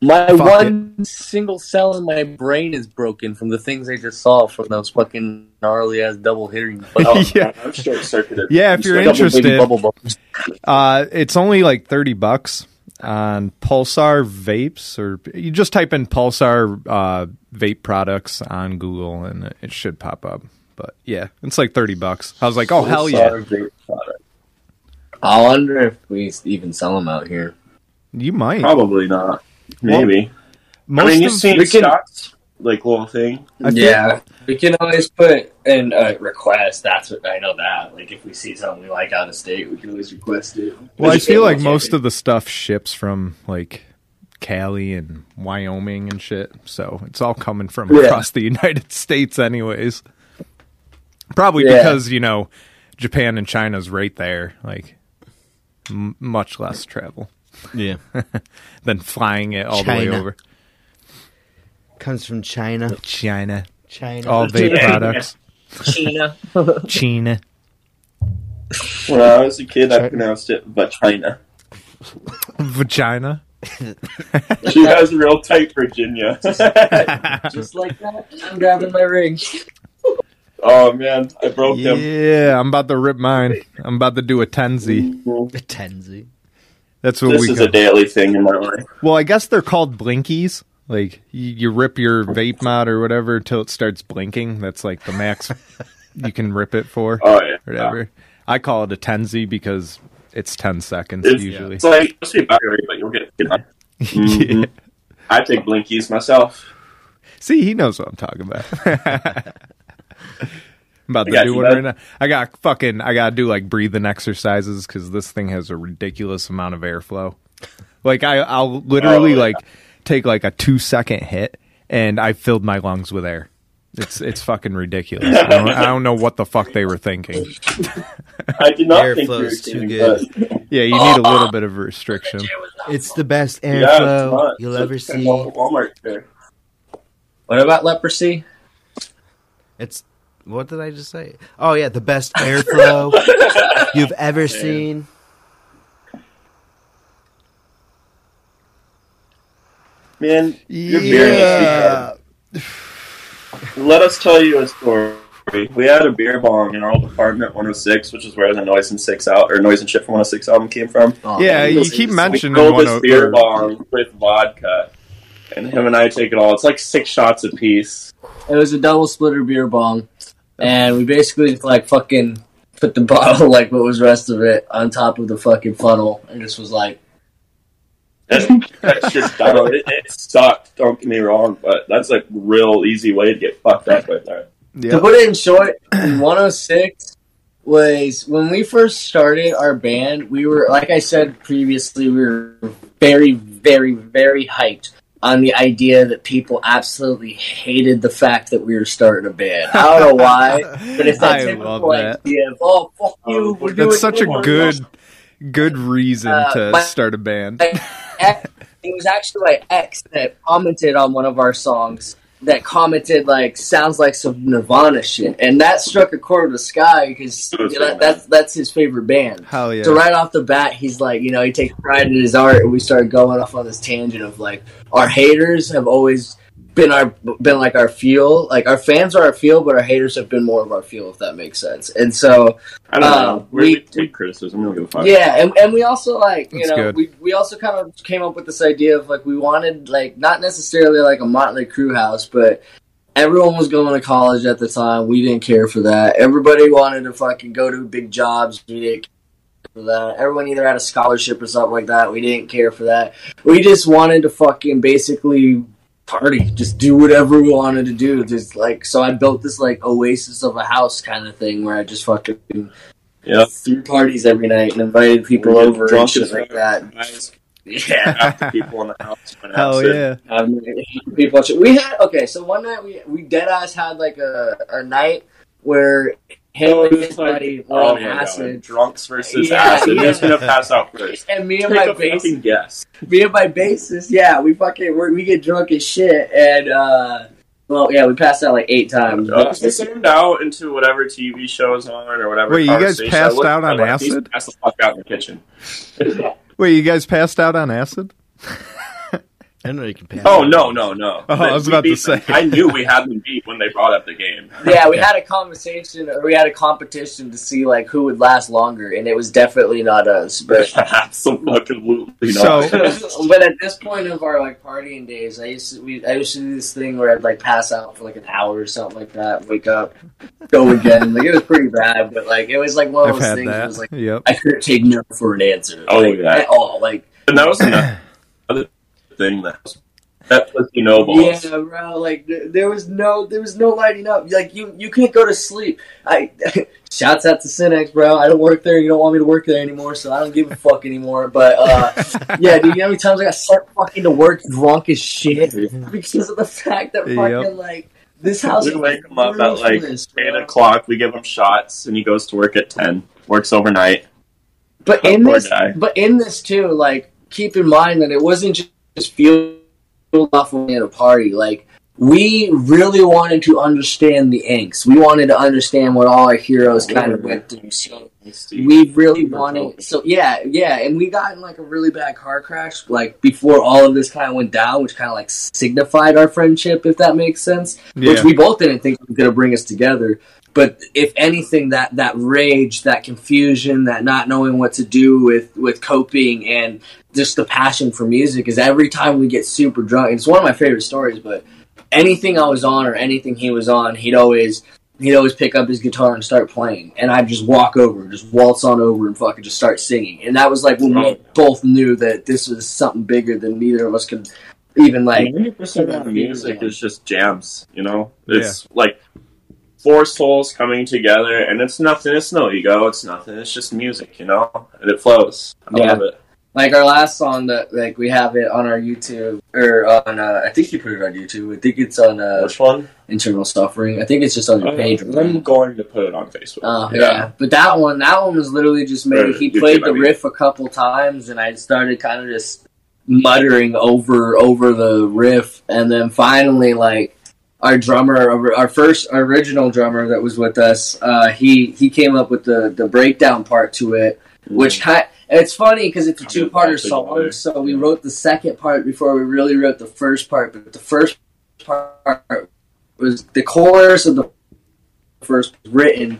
[SPEAKER 6] My
[SPEAKER 2] Fuck
[SPEAKER 6] one single cell in my brain is broken from the things I just saw from those fucking gnarly ass double hitting.
[SPEAKER 5] Oh,
[SPEAKER 2] Yeah.
[SPEAKER 5] I'm short circuited.
[SPEAKER 2] Yeah, if you're
[SPEAKER 6] double hitting
[SPEAKER 2] interested,
[SPEAKER 6] bubble bubbles.
[SPEAKER 2] Uh, it's only like 30 bucks on Pulsar Vapes, or you just type in Pulsar uh, Vape products on Google and it- it should pop up. But yeah, it's like 30 bucks. I was like, oh, hell yeah.
[SPEAKER 6] I wonder if we even sell them out here.
[SPEAKER 2] You might.
[SPEAKER 5] Probably not.
[SPEAKER 2] Well,
[SPEAKER 5] Maybe.
[SPEAKER 2] Most
[SPEAKER 5] I mean, you've
[SPEAKER 2] of-
[SPEAKER 5] seen
[SPEAKER 6] we can-
[SPEAKER 5] Scott's like little thing.
[SPEAKER 2] I feel-
[SPEAKER 6] yeah, we can always put in a request. That's what I know that. Like if we see something we like out of state, we can always request it.
[SPEAKER 2] Well, I
[SPEAKER 5] Just
[SPEAKER 2] feel
[SPEAKER 5] get
[SPEAKER 2] like
[SPEAKER 5] one.
[SPEAKER 2] most of the stuff ships from like Cali and Wyoming and shit. So it's all coming from
[SPEAKER 6] Yeah.
[SPEAKER 2] across the United States, anyways. Probably
[SPEAKER 6] Yeah.
[SPEAKER 2] because, you know, Japan and China's right there. Like, m- much less travel
[SPEAKER 4] Yeah,
[SPEAKER 2] than flying it all the way
[SPEAKER 4] China.
[SPEAKER 2] over.
[SPEAKER 4] comes from China. Oh.
[SPEAKER 2] China.
[SPEAKER 4] China.
[SPEAKER 2] All vape products.
[SPEAKER 6] China.
[SPEAKER 2] China.
[SPEAKER 5] When I was a kid, I pronounced it vagina.
[SPEAKER 2] Vagina.
[SPEAKER 5] She has a real tight Virginia.
[SPEAKER 6] Just like that, I'm grabbing my ring.
[SPEAKER 5] oh man, I broke him.
[SPEAKER 2] Yeah, I'm about to rip mine. I'm about to do a tenzi.
[SPEAKER 4] Tenzi.
[SPEAKER 2] That's what
[SPEAKER 5] This
[SPEAKER 2] we
[SPEAKER 5] is
[SPEAKER 2] go-
[SPEAKER 5] a daily thing in my life.
[SPEAKER 2] Well, I guess they're called blinkies. Like you, you rip your vape mod or whatever till it starts blinking. That's like the max you can rip it for, or
[SPEAKER 5] Oh yeah.
[SPEAKER 2] whatever. I call it a tenzi because it's ten seconds
[SPEAKER 5] It's-
[SPEAKER 2] usually.
[SPEAKER 5] It's like let's be battery, but you'll get. Mhm. I take blinkies myself.
[SPEAKER 2] See, he knows what I'm talking about. I'm about to
[SPEAKER 5] I got
[SPEAKER 2] do
[SPEAKER 5] you,
[SPEAKER 2] one
[SPEAKER 5] bud.
[SPEAKER 2] right now. I got fucking. I gotta do like breathing exercises because this thing has a ridiculous amount of airflow. Like I, I'll literally
[SPEAKER 5] Oh, yeah.
[SPEAKER 2] like take like a two second hit, and I filled my lungs with air. It's it's fucking ridiculous. I don't, I don't know what the fuck they were thinking.
[SPEAKER 5] I did not
[SPEAKER 4] Air
[SPEAKER 5] think you were
[SPEAKER 4] flow's too
[SPEAKER 5] kidding,
[SPEAKER 4] good.
[SPEAKER 5] but-
[SPEAKER 2] Yeah, you need a little bit of restriction.
[SPEAKER 4] It's the best
[SPEAKER 5] Yeah, it's
[SPEAKER 4] airflow
[SPEAKER 5] not.
[SPEAKER 4] you'll
[SPEAKER 5] It's
[SPEAKER 4] ever
[SPEAKER 5] like
[SPEAKER 4] see.
[SPEAKER 5] a Walmart there.
[SPEAKER 6] What about leprosy?
[SPEAKER 4] It's what did I just say? Oh yeah, the best airflow you've ever seen.
[SPEAKER 5] Man, your beer must be good. Let us tell you a story. we, we had a beer bong in our old apartment 106, which is where the Noise and Six out or Noise and Shit from 106 album came from.
[SPEAKER 2] yeah,
[SPEAKER 5] And
[SPEAKER 2] you
[SPEAKER 5] this-
[SPEAKER 2] keep
[SPEAKER 5] we
[SPEAKER 2] mentioning
[SPEAKER 5] fill
[SPEAKER 2] one oh
[SPEAKER 5] this
[SPEAKER 2] o-
[SPEAKER 5] beer
[SPEAKER 2] or-
[SPEAKER 5] bong with vodka, and him and I take it all. It's like six shots apiece.
[SPEAKER 6] It was a double splitter beer bong,
[SPEAKER 2] Oh.
[SPEAKER 6] and we basically just like fucking put the bottle, like what was rest of it, on top of the fucking funnel, and just was like,
[SPEAKER 5] that's just I don't- it, it sucked. Don't get me wrong, but that's a real easy way to get fucked up right there.
[SPEAKER 6] to put it in short, 106 was when we first started our band. We were, like I said previously, we were very, very, very hyped on the idea that people absolutely hated the fact that we were starting a band. I don't know why, but it's that
[SPEAKER 2] I love
[SPEAKER 6] typical
[SPEAKER 2] that.
[SPEAKER 6] idea of, oh, fuck you, we're doing
[SPEAKER 2] That's such a
[SPEAKER 6] this."
[SPEAKER 2] good good reason
[SPEAKER 6] Uh,
[SPEAKER 2] to
[SPEAKER 6] my-
[SPEAKER 2] start a band.
[SPEAKER 6] my ex, it was actually my ex that commented on one of our songs that commented like sounds like some Nirvana shit, and that struck a chord with Sky because you know, that's that's his favorite band.
[SPEAKER 2] Hell yeah.
[SPEAKER 6] So right off the bat, he's like, you know, he takes pride in his art, and we started going off on this tangent of like our haters have always been our been like our fuel, like our fans are our fuel, but our haters have been more of our fuel, if that makes sense. And so
[SPEAKER 5] I don't
[SPEAKER 6] Uh,
[SPEAKER 5] know. We,
[SPEAKER 6] we-
[SPEAKER 5] we take criticism. We don't give a fuck.
[SPEAKER 6] yeah, and, and we also like you
[SPEAKER 2] That's
[SPEAKER 6] know
[SPEAKER 2] good.
[SPEAKER 6] we we also kind of came up with this idea of like we wanted like not necessarily like a Motley Crew house, but everyone was going to college at the time. We didn't care for that. Everybody wanted to fucking go to big jobs. We didn't care for that. Everyone either had a scholarship or something like that. We didn't care for that. We just wanted to fucking basically party, just do whatever we wanted to do. Just like so, I built this like oasis of a house kind of thing where I just fucking
[SPEAKER 5] yeah.
[SPEAKER 6] threw parties every night and invited people
[SPEAKER 5] We'd get
[SPEAKER 6] over and
[SPEAKER 5] drunk
[SPEAKER 6] shit
[SPEAKER 5] as
[SPEAKER 6] like
[SPEAKER 5] fuck.
[SPEAKER 6] that.
[SPEAKER 5] Guys,
[SPEAKER 6] Yeah.
[SPEAKER 5] half the people in the house. went
[SPEAKER 2] Hell
[SPEAKER 5] outside.
[SPEAKER 2] yeah.
[SPEAKER 6] Um, people, we had okay. So one night we we dead ass had like a, a night where him
[SPEAKER 5] Oh,
[SPEAKER 6] and
[SPEAKER 5] it's
[SPEAKER 6] his buddy
[SPEAKER 5] like,
[SPEAKER 6] were
[SPEAKER 5] oh
[SPEAKER 6] on
[SPEAKER 5] my God.
[SPEAKER 6] acid,
[SPEAKER 5] Drunks versus
[SPEAKER 6] Yeah,
[SPEAKER 5] acid.
[SPEAKER 6] yeah.
[SPEAKER 5] Who's gonna pass out first?
[SPEAKER 6] and me and
[SPEAKER 5] Take
[SPEAKER 6] my
[SPEAKER 5] a
[SPEAKER 6] bass
[SPEAKER 5] fucking guess.
[SPEAKER 6] me and my bassist, yeah, we fucking we we get drunk as shit, and uh, well, yeah, we passed out like eight times.
[SPEAKER 5] Uh, it's turned out into whatever TV shows on or whatever.
[SPEAKER 2] Wait, you guys
[SPEAKER 5] conversation.
[SPEAKER 2] passed
[SPEAKER 5] I looked
[SPEAKER 2] out
[SPEAKER 5] at
[SPEAKER 2] on
[SPEAKER 5] my wife, "These
[SPEAKER 2] acid?"
[SPEAKER 5] Pass the fuck out in the kitchen.
[SPEAKER 2] Wait, you guys passed out on acid?
[SPEAKER 4] I don't know you can pass.
[SPEAKER 5] Oh no, no, no!
[SPEAKER 2] Oh, I was
[SPEAKER 5] We
[SPEAKER 2] about to
[SPEAKER 5] beat them.
[SPEAKER 2] say.
[SPEAKER 5] I knew we had them beat when they brought up the game.
[SPEAKER 6] yeah, we had a conversation or we had a competition to see like who would last longer, and it was definitely not us. But
[SPEAKER 5] Absolutely
[SPEAKER 2] So-
[SPEAKER 5] not.
[SPEAKER 6] but at this point of our like partying days, I used to we I used to do this thing where I'd like pass out for like an hour or something like that, wake up, go again. like it was pretty bad, but like it was like one of
[SPEAKER 2] I've
[SPEAKER 6] those
[SPEAKER 2] had
[SPEAKER 6] things. That.
[SPEAKER 2] that.
[SPEAKER 6] was like
[SPEAKER 2] yep.
[SPEAKER 6] I couldn't take no for an answer.
[SPEAKER 5] Oh,
[SPEAKER 6] like,
[SPEAKER 5] yeah.
[SPEAKER 6] at all. Like
[SPEAKER 5] and that was another thing that was that was the no balls.
[SPEAKER 6] yeah, bro. Like th- there was no there was no lighting up. Like you you can't go to sleep. I shouts out to Cinex, bro. I don't work there. You don't want me to work there anymore, so I don't give a fuck anymore. But uh yeah, dude, you know how many times I got sent fucking to work drunk as shit because of the fact that fucking
[SPEAKER 2] Yep.
[SPEAKER 6] like this house.
[SPEAKER 5] We
[SPEAKER 6] is
[SPEAKER 5] wake him up at like
[SPEAKER 6] ruthless, bro.
[SPEAKER 5] eight o'clock. We give him shots, and he goes to work at ten. Works overnight.
[SPEAKER 6] But in
[SPEAKER 5] Poor
[SPEAKER 6] this,
[SPEAKER 5] guy.
[SPEAKER 6] but in this too, like keep in mind that it wasn't ju- just fueled off when we had a party. Like we really wanted to understand the angst. We wanted to understand what all our heroes kind of went through. So we really wanted. So yeah, yeah, and we got in like a really bad car crash like before all of this kind of went down, which kind of like signified our friendship, if that makes sense
[SPEAKER 2] Yeah.
[SPEAKER 6] which we both didn't think was going to bring us together. But if anything, that that rage, that confusion, that not knowing what to do with with coping, and just the passion for music is every time we get super drunk. and It's one of my favorite stories. But anything I was on or anything he was on, he'd always he'd always pick up his guitar and start playing, and I'd just walk over, just waltz on over, and fucking just start singing. And that was like when we both knew that this was something bigger than neither of us could even like
[SPEAKER 5] ninety percent of the music is just jams. You know,
[SPEAKER 2] Yeah.
[SPEAKER 5] it's like four souls coming together, and it's nothing. It's no ego. It's nothing. It's just music. You know, and it flows. I
[SPEAKER 6] Yeah.
[SPEAKER 5] love it.
[SPEAKER 6] Like our last song that like we have it on our YouTube or on uh, I think you put it on YouTube. I think it's on uh,
[SPEAKER 5] Which one? Oh,
[SPEAKER 6] internal suffering. I think it's just on your page.
[SPEAKER 5] Uh, I'm going to put it on Facebook.
[SPEAKER 6] Uh, yeah. but that one, that one was literally just
[SPEAKER 5] Or
[SPEAKER 6] made. He
[SPEAKER 5] YouTube,
[SPEAKER 6] played the
[SPEAKER 5] I mean.
[SPEAKER 6] riff a couple times, and I started kind of just muttering over over the riff, and then finally, like our drummer, our- our first our original drummer that was with us, uh, he he came up with the the breakdown part to it, which kind. It's funny because it's a
[SPEAKER 5] I mean,
[SPEAKER 6] two parter
[SPEAKER 5] that's a good
[SPEAKER 6] song,
[SPEAKER 5] one.
[SPEAKER 6] so we wrote the second part before we really wrote the first part. But the first part was the chorus of the first was written,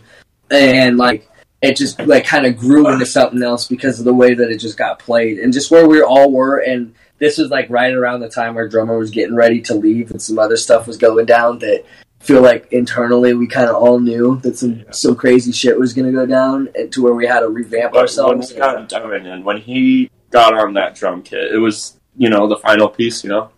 [SPEAKER 6] and like it just like kind of grew into something else because of the way that it just got played and just where we all were. And this was like right around the time our drummer was getting ready to leave and some other stuff was going down that I feel like internally we kind of all knew that some some crazy shit was going to go down and to where we had to revamp
[SPEAKER 5] But when
[SPEAKER 6] ourselves.
[SPEAKER 5] Scott Dunn and when he got on that drum kit, it was you know the final piece. You know,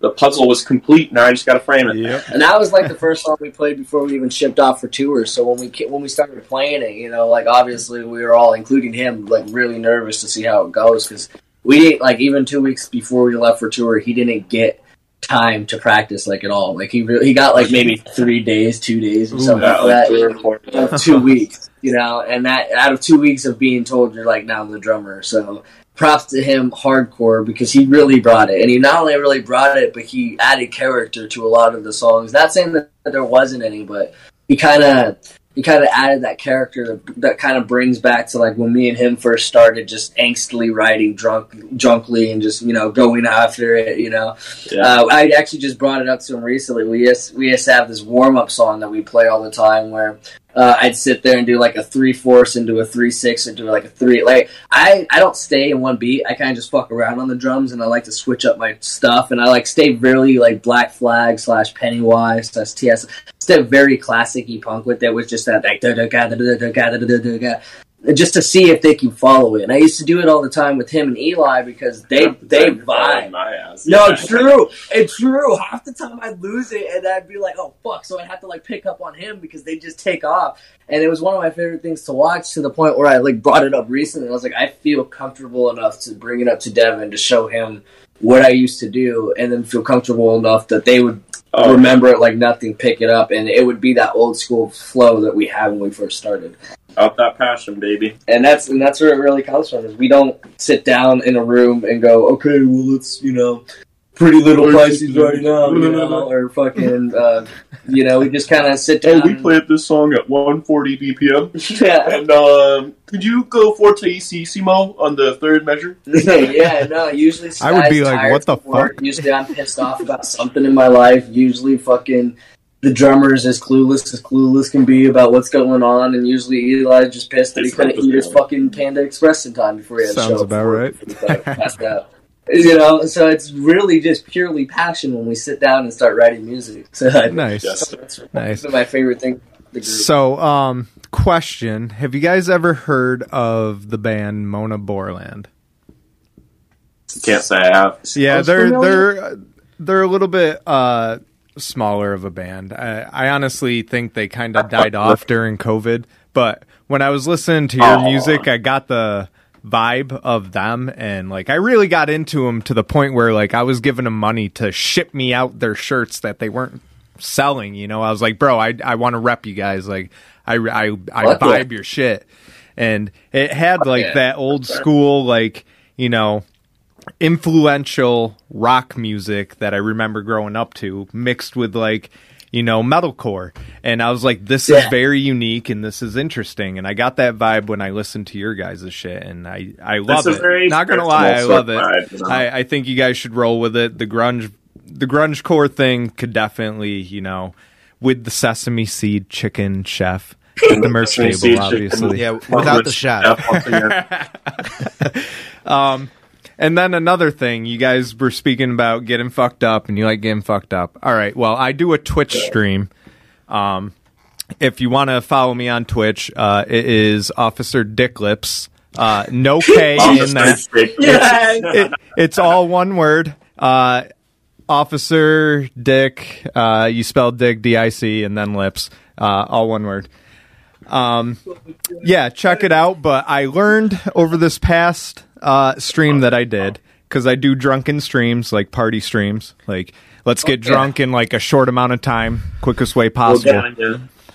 [SPEAKER 5] the puzzle was complete. Now I just got to frame it.
[SPEAKER 2] Yep.
[SPEAKER 6] And that was like the first song we played before we even shipped off for tours. So when we ca- when we started playing it, you know, like obviously we were all, including him, like really nervous to see how it goes because we didn't like even two weeks before we left for tour, he didn't get time to practice like at all. Like he really, he got like maybe three days, two days, or something
[SPEAKER 5] Yeah,
[SPEAKER 6] like
[SPEAKER 5] like
[SPEAKER 6] that
[SPEAKER 5] three or four.
[SPEAKER 6] of two weeks, you know, and that out of two weeks of being told you're like now I'm the drummer. So props to him hardcore because he really brought it. And he not only really brought it, but he added character to a lot of the songs. Not saying that there wasn't any, but he kinda he kind of added that character that kind of brings back to like when me and him first started, just angstily writing drunk, drunkly, and just you know going after it. You know,
[SPEAKER 5] Yeah.
[SPEAKER 6] uh, I actually just brought it up to him recently. We just we just have this warm up song that we play all the time where. Uh, I'd sit there and do like a three fourths into a three six into like a three. Like I, I don't stay in one beat. I kind of just fuck around on the drums and I like to switch up my stuff and I like stay really like Black Flag slash Pennywise slash TS just a very classic y punk with it was just that like da da ga da da da ga da da da da ga just to see if they can follow it. And I used to do it all the time with him and Eli because they they vibe.
[SPEAKER 5] my ass.
[SPEAKER 6] No,
[SPEAKER 5] Yeah.
[SPEAKER 6] it's true. It's true. Half the time I'd lose it and I'd be like, oh fuck. So I'd have to like pick up on him because they just take off. And it was one of my favorite things to watch to the point where I like brought it up recently. I was like, I feel comfortable enough to bring it up to Devin to show him what I used to do and then feel comfortable enough that they would
[SPEAKER 5] Oh,
[SPEAKER 6] remember it like nothing, pick it up, and it would be that old school flow that we had when we first started.
[SPEAKER 5] out that passion, baby.
[SPEAKER 6] And that's and that's where it really comes from. Is we don't sit down in a room and go, okay, well, let's you know, Pretty Little Pisces right now, you know, or fucking, uh, you know, we just kind of sit
[SPEAKER 5] Hey,
[SPEAKER 6] down.
[SPEAKER 5] we played this song at 140 BPM.
[SPEAKER 6] Yeah,
[SPEAKER 5] And um, could you go E fortissimo on the third measure?
[SPEAKER 6] yeah, no. Usually,
[SPEAKER 2] I would be
[SPEAKER 6] Sky's
[SPEAKER 2] like,
[SPEAKER 6] tired
[SPEAKER 2] what the
[SPEAKER 6] from work.
[SPEAKER 2] fuck?
[SPEAKER 6] Usually, I'm pissed off about something in my life. Usually, fucking the drummer's as clueless as clueless can be about what's going on, and usually Eli's just pissed that he
[SPEAKER 5] It's
[SPEAKER 6] couldn't
[SPEAKER 5] not
[SPEAKER 6] eat his
[SPEAKER 5] the-
[SPEAKER 6] fucking Panda Express in time before he had a
[SPEAKER 2] Sounds
[SPEAKER 6] show
[SPEAKER 2] about
[SPEAKER 6] before-
[SPEAKER 2] right.
[SPEAKER 6] before he passed out. You know, so it's really just purely passion when we sit down and start writing music. So
[SPEAKER 2] Nice.
[SPEAKER 5] Yes.
[SPEAKER 6] that's
[SPEAKER 2] Nice.
[SPEAKER 6] my favorite thing. The group.
[SPEAKER 2] So, um, question: Have you guys ever heard of the band Mona Borland?
[SPEAKER 5] Can't say I have.
[SPEAKER 2] Yeah,
[SPEAKER 6] Sounds
[SPEAKER 2] they're
[SPEAKER 6] familiar.
[SPEAKER 2] they're they're a little bit uh, smaller of a band. I, I honestly think they kind of died off during COVID. But when I was listening to your
[SPEAKER 5] Aw.
[SPEAKER 2] music, I got the vibe of them, and like I really got into them to the point where like I was giving them money to ship me out their shirts that they weren't selling. You know, I was like, bro, I I want to rep you guys. Like I I I
[SPEAKER 6] Fuck yeah.
[SPEAKER 2] vibe your shit, and it had like
[SPEAKER 6] yeah.
[SPEAKER 2] that old school like you know influential rock music that I remember growing up to, mixed with like, you know, metalcore. And I was like, this is
[SPEAKER 6] Yeah.
[SPEAKER 2] very unique and this is interesting. And I got that vibe when I listened to your guys' shit, and I I love
[SPEAKER 5] a
[SPEAKER 2] it.
[SPEAKER 5] very
[SPEAKER 2] Not gonna lie, I
[SPEAKER 5] personal
[SPEAKER 2] love it.
[SPEAKER 5] vibe, you know?
[SPEAKER 2] I I think you guys should roll with it. The grunge, the grunge core thing could definitely, you know, with the sesame seed chicken chef. At the merch
[SPEAKER 5] Sesame seed
[SPEAKER 2] table,
[SPEAKER 5] chicken.
[SPEAKER 2] obviously.
[SPEAKER 4] Yeah, without the shot.
[SPEAKER 2] And then another thing, you guys were speaking about getting fucked up and you like getting fucked up. All right. Well, I do a Twitch stream. Um, if you want to follow me on Twitch, uh, it is Officer Dick Lips. Uh, no K in that. It, it's all one word. Uh, Officer Dick, uh, you spell Dick, D I C, and then lips, uh, all one word. Um, yeah, check it out. But I learned over this past uh, stream that I did because I do drunken streams, like party streams. Like, let's get drunk in like a short amount of time, quickest way possible.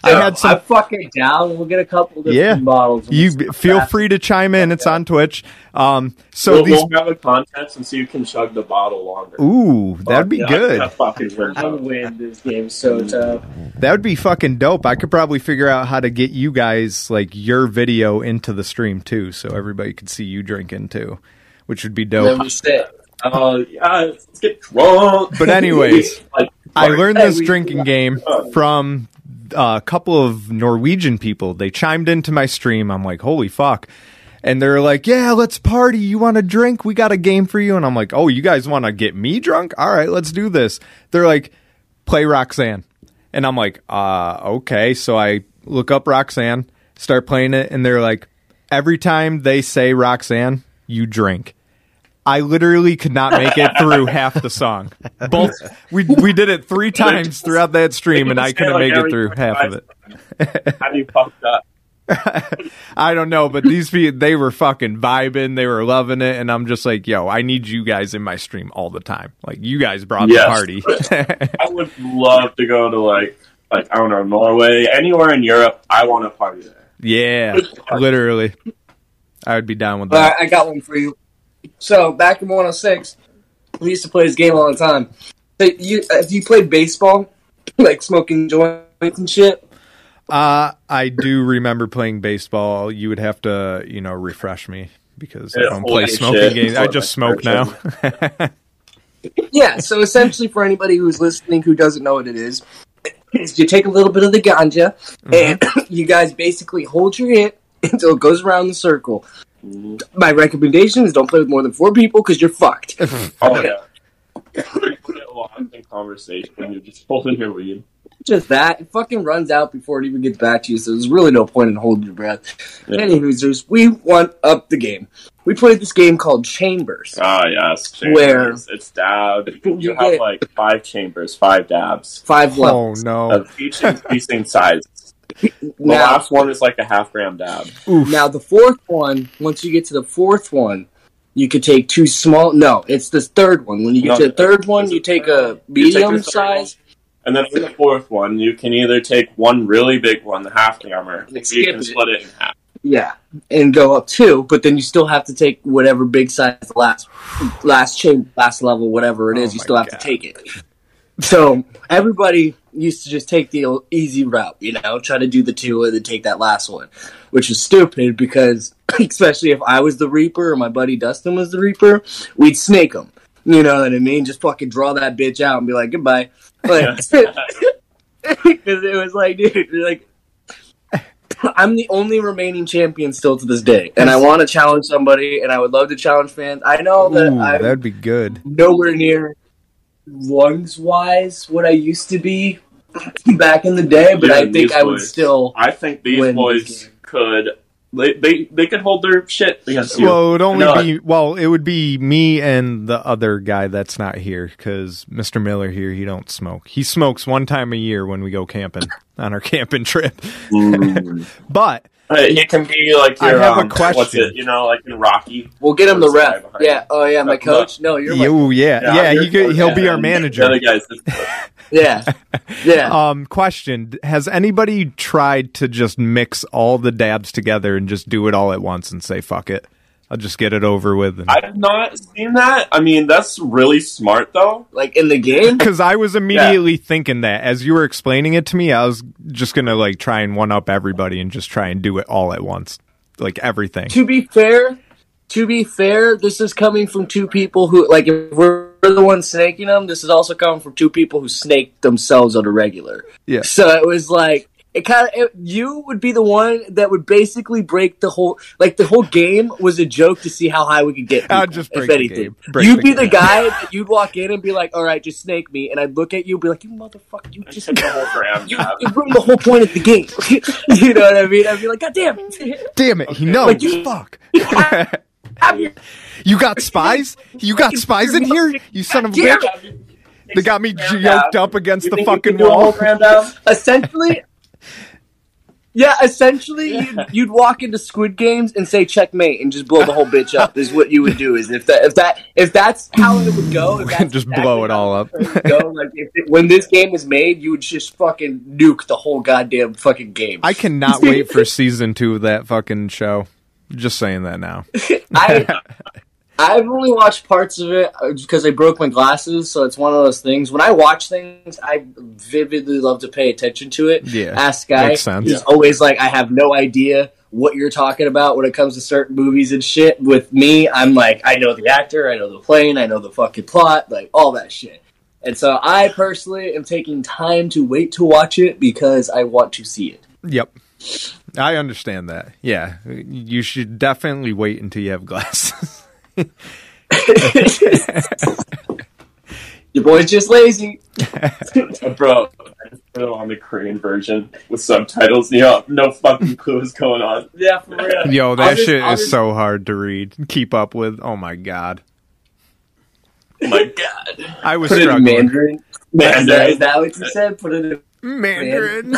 [SPEAKER 2] I had some
[SPEAKER 6] I'm fucking down. We'll get a couple of
[SPEAKER 2] Yeah.
[SPEAKER 6] different models.
[SPEAKER 2] you b- feel free to chime in. It's on Twitch. Um, so
[SPEAKER 5] we'll,
[SPEAKER 2] these.
[SPEAKER 5] we'll have a contest and see who can chug the bottle longer.
[SPEAKER 2] Ooh, that'd be
[SPEAKER 5] Yeah, I
[SPEAKER 2] good.
[SPEAKER 5] think that fucking wins
[SPEAKER 6] I
[SPEAKER 5] out.
[SPEAKER 6] win this game so uh, tough.
[SPEAKER 2] That would be fucking dope. I could probably figure out how to get you guys like your video into the stream too, so everybody could see you drinking too, which would be
[SPEAKER 6] Then
[SPEAKER 2] dope.
[SPEAKER 6] we sit.
[SPEAKER 5] Oh yeah, let's get drunk.
[SPEAKER 2] But anyways,
[SPEAKER 5] Like,
[SPEAKER 2] I learned
[SPEAKER 6] Hey,
[SPEAKER 2] this
[SPEAKER 6] we-
[SPEAKER 2] drinking game from uh, a couple of Norwegian people. They chimed into my stream. I'm like, holy fuck. And they're like, yeah, let's party. You want a drink? We got a game for you. And I'm like, oh, you guys want to get me drunk? All right, let's do this. They're like, play Roxanne. And I'm like, uh, okay. So I look up Roxanne, start playing it. And they're like, every time they say Roxanne, you drink. I literally could not make it through half the song. Both we we did it three times throughout that stream, and I couldn't make it through half of it.
[SPEAKER 5] it. Have you pumped up?
[SPEAKER 2] I don't know, but these people they were fucking vibing, they were loving it, and I'm just like, yo, I need you guys in my stream all the time. Like you guys brought
[SPEAKER 5] Yes.
[SPEAKER 2] the party.
[SPEAKER 5] I would love to go to like like I don't know Norway, anywhere in Europe. I want to party there.
[SPEAKER 2] yeah, literally. I would be down with
[SPEAKER 6] But
[SPEAKER 2] that.
[SPEAKER 6] I got one for you. So back in 106, we used to play this game all the time. So you, if you played baseball, like smoking joints and shit,
[SPEAKER 2] Uh, I do remember playing baseball. You would have to, you know, refresh me because I
[SPEAKER 5] Yeah,
[SPEAKER 2] don't play
[SPEAKER 5] holy
[SPEAKER 2] smoking
[SPEAKER 5] shit.
[SPEAKER 2] games. I just smoke now. Oh,
[SPEAKER 6] yeah. So essentially, for anybody who's listening who doesn't know what it is, is you take a little bit of the ganja and you guys basically hold your hit until it goes around the circle. My recommendation is don't play with more than four people because you're fucked.
[SPEAKER 5] Oh yeah. You get lost in conversation. You're just holding your weed.
[SPEAKER 6] just that it fucking runs out before it even gets back to you. So there's really no point in holding your breath.
[SPEAKER 5] Yeah.
[SPEAKER 6] Anywho's, there's we want up the game. We played this game called Chambers.
[SPEAKER 5] Ah yes. chambers.
[SPEAKER 6] Where-
[SPEAKER 5] it's dabbed. You
[SPEAKER 6] You
[SPEAKER 5] have
[SPEAKER 6] get-
[SPEAKER 5] like five chambers, five dabs
[SPEAKER 6] Five
[SPEAKER 2] oh
[SPEAKER 6] levels.
[SPEAKER 2] no!
[SPEAKER 5] of each increasing size. The
[SPEAKER 6] Now,
[SPEAKER 5] last one is like a half gram dab.
[SPEAKER 6] now the fourth one. Once you get to the fourth one, you could take two small. No, it's the third one. When you get
[SPEAKER 5] No,
[SPEAKER 6] to the third
[SPEAKER 5] it's-
[SPEAKER 6] one,
[SPEAKER 5] it's-
[SPEAKER 6] you take a
[SPEAKER 5] You take the
[SPEAKER 6] medium
[SPEAKER 5] third
[SPEAKER 6] size.
[SPEAKER 5] And then for the fourth one, you can either take one really big one, the half grammer, or you
[SPEAKER 6] Skip
[SPEAKER 5] can
[SPEAKER 6] it.
[SPEAKER 5] split it in half.
[SPEAKER 6] Yeah, and go up two, but then you still have to take whatever big size the last last chain last level whatever it is.
[SPEAKER 2] Oh
[SPEAKER 6] you
[SPEAKER 2] my
[SPEAKER 6] still have
[SPEAKER 2] God.
[SPEAKER 6] to take it. So everybody used to just take the easy route, you know, try to do the two and then take that last one, which is stupid because especially if I was the Reaper or my buddy Dustin was the Reaper, we'd snake him. You know what I mean? Just fucking draw that bitch out and be like goodbye. Like, because it was like, dude, like I'm the only remaining champion still to this day, and I want to challenge somebody, and I would love to challenge fans. I know that
[SPEAKER 2] Ooh,
[SPEAKER 6] I'm
[SPEAKER 2] that'd be good.
[SPEAKER 6] nowhere near lungs wise what I used to be back in the day, but
[SPEAKER 5] Yeah,
[SPEAKER 6] I think
[SPEAKER 5] these
[SPEAKER 6] I would
[SPEAKER 5] boys.
[SPEAKER 6] still.
[SPEAKER 5] I think these
[SPEAKER 6] Win
[SPEAKER 5] boys
[SPEAKER 6] this game.
[SPEAKER 5] could they, they they could hold their shit against you.
[SPEAKER 2] Well, it would only
[SPEAKER 5] No.
[SPEAKER 2] be well, it would be me and the other guy that's not here because Mr. Miller here he don't smoke. He smokes one time a year when we go camping on our camping trip. But
[SPEAKER 5] Uh, It can be like
[SPEAKER 2] I
[SPEAKER 5] your,
[SPEAKER 2] have a
[SPEAKER 5] um,
[SPEAKER 2] question.
[SPEAKER 5] What's it? You know, like in Rocky.
[SPEAKER 6] We'll get him the
[SPEAKER 5] Who's the guy
[SPEAKER 6] ref.
[SPEAKER 5] behind
[SPEAKER 6] Yeah.
[SPEAKER 5] you?
[SPEAKER 6] Oh yeah, my
[SPEAKER 5] Look.
[SPEAKER 6] coach. No, you're my.
[SPEAKER 2] oh yeah, yeah,
[SPEAKER 5] you're
[SPEAKER 2] he could,
[SPEAKER 5] cool,
[SPEAKER 2] he'll
[SPEAKER 5] yeah.
[SPEAKER 2] be our
[SPEAKER 5] The
[SPEAKER 2] manager.
[SPEAKER 5] other guys,
[SPEAKER 6] Yeah. Yeah.
[SPEAKER 2] Um, question: Has anybody tried to just mix all the dabs together and just do it all at once and say fuck it? I'll just get it over with. And-
[SPEAKER 5] I've not seen that. I mean, that's really smart though.
[SPEAKER 6] Like in the game.
[SPEAKER 2] because I was immediately thinking that as you were explaining it to me, I was just gonna like try and one up everybody and just try and do it all at once, like everything.
[SPEAKER 6] to be fair, to be fair, this is coming from two people who like if we're the ones snaking them. This is also coming from two people who snake themselves on a regular.
[SPEAKER 2] Yeah.
[SPEAKER 6] So it was like it kind of you would be the one that would basically break the whole like the whole game was a joke to see how high we could get. People,
[SPEAKER 2] I'd just break
[SPEAKER 6] if
[SPEAKER 2] the
[SPEAKER 6] anything.
[SPEAKER 2] game. Break
[SPEAKER 6] you'd
[SPEAKER 2] the
[SPEAKER 6] be
[SPEAKER 2] game.
[SPEAKER 6] the guy that you'd walk in and be like, "All right, just snake me," and I'd look at you and be like, "You motherfucker, you
[SPEAKER 5] I
[SPEAKER 6] just."
[SPEAKER 5] took the whole gram
[SPEAKER 6] You,
[SPEAKER 5] dab.
[SPEAKER 6] you ruined the whole point of the game. you know what I mean? I'd be like, God damn.
[SPEAKER 2] Damn it, he knows.
[SPEAKER 6] Like, you-
[SPEAKER 2] Fuck.
[SPEAKER 6] Have your
[SPEAKER 2] You got spies? You got spies in here? You son of a
[SPEAKER 6] damn
[SPEAKER 2] bitch! They got me
[SPEAKER 5] Gram
[SPEAKER 2] yoked
[SPEAKER 5] dab.
[SPEAKER 2] up against
[SPEAKER 5] You
[SPEAKER 2] the
[SPEAKER 5] think you
[SPEAKER 2] fucking
[SPEAKER 5] can do a whole
[SPEAKER 2] wall.
[SPEAKER 5] gram dab?
[SPEAKER 6] essentially yeah essentially You'd, you'd walk into squid games and say checkmate and just blow the whole bitch up is what you would do is if that if that if that's how it would go if that's
[SPEAKER 2] Just blow it
[SPEAKER 6] how
[SPEAKER 2] all up.
[SPEAKER 6] it would go like if it, when this game was made you would just fucking nuke the whole goddamn fucking game
[SPEAKER 2] I cannot wait for season two of that fucking show. Just saying that now.
[SPEAKER 6] I I've only watched parts of it uh, because I broke my glasses, so it's one of those things. When I watch things, I vividly love to pay attention to it.
[SPEAKER 2] Yeah,
[SPEAKER 6] ask guy.
[SPEAKER 2] makes sense.
[SPEAKER 6] He's always like, I have no idea what you're talking about when it comes to certain movies and shit. With me, I'm like, I know the actor, I know the plane, I know the fucking plot, like all that shit. And so I personally am taking time to wait to watch it because I want to see it.
[SPEAKER 2] Yep. I understand that. Yeah. You should definitely wait until you have glasses.
[SPEAKER 6] Your boy's just lazy.
[SPEAKER 5] Bro, I just put it on the Korean version with subtitles. You know, no fucking clue what's going on.
[SPEAKER 6] Yeah, for real.
[SPEAKER 2] Yo,
[SPEAKER 6] I'll
[SPEAKER 2] that
[SPEAKER 6] just-
[SPEAKER 2] shit
[SPEAKER 6] I'll
[SPEAKER 2] is
[SPEAKER 6] just-
[SPEAKER 2] so hard to read, keep up with. Oh my god.
[SPEAKER 5] Oh my god.
[SPEAKER 2] I was
[SPEAKER 6] Put it in
[SPEAKER 2] struggling.
[SPEAKER 6] Mandarin. Is that, is
[SPEAKER 5] Mandarin.
[SPEAKER 6] that what you said? Put it in
[SPEAKER 2] Mandarin.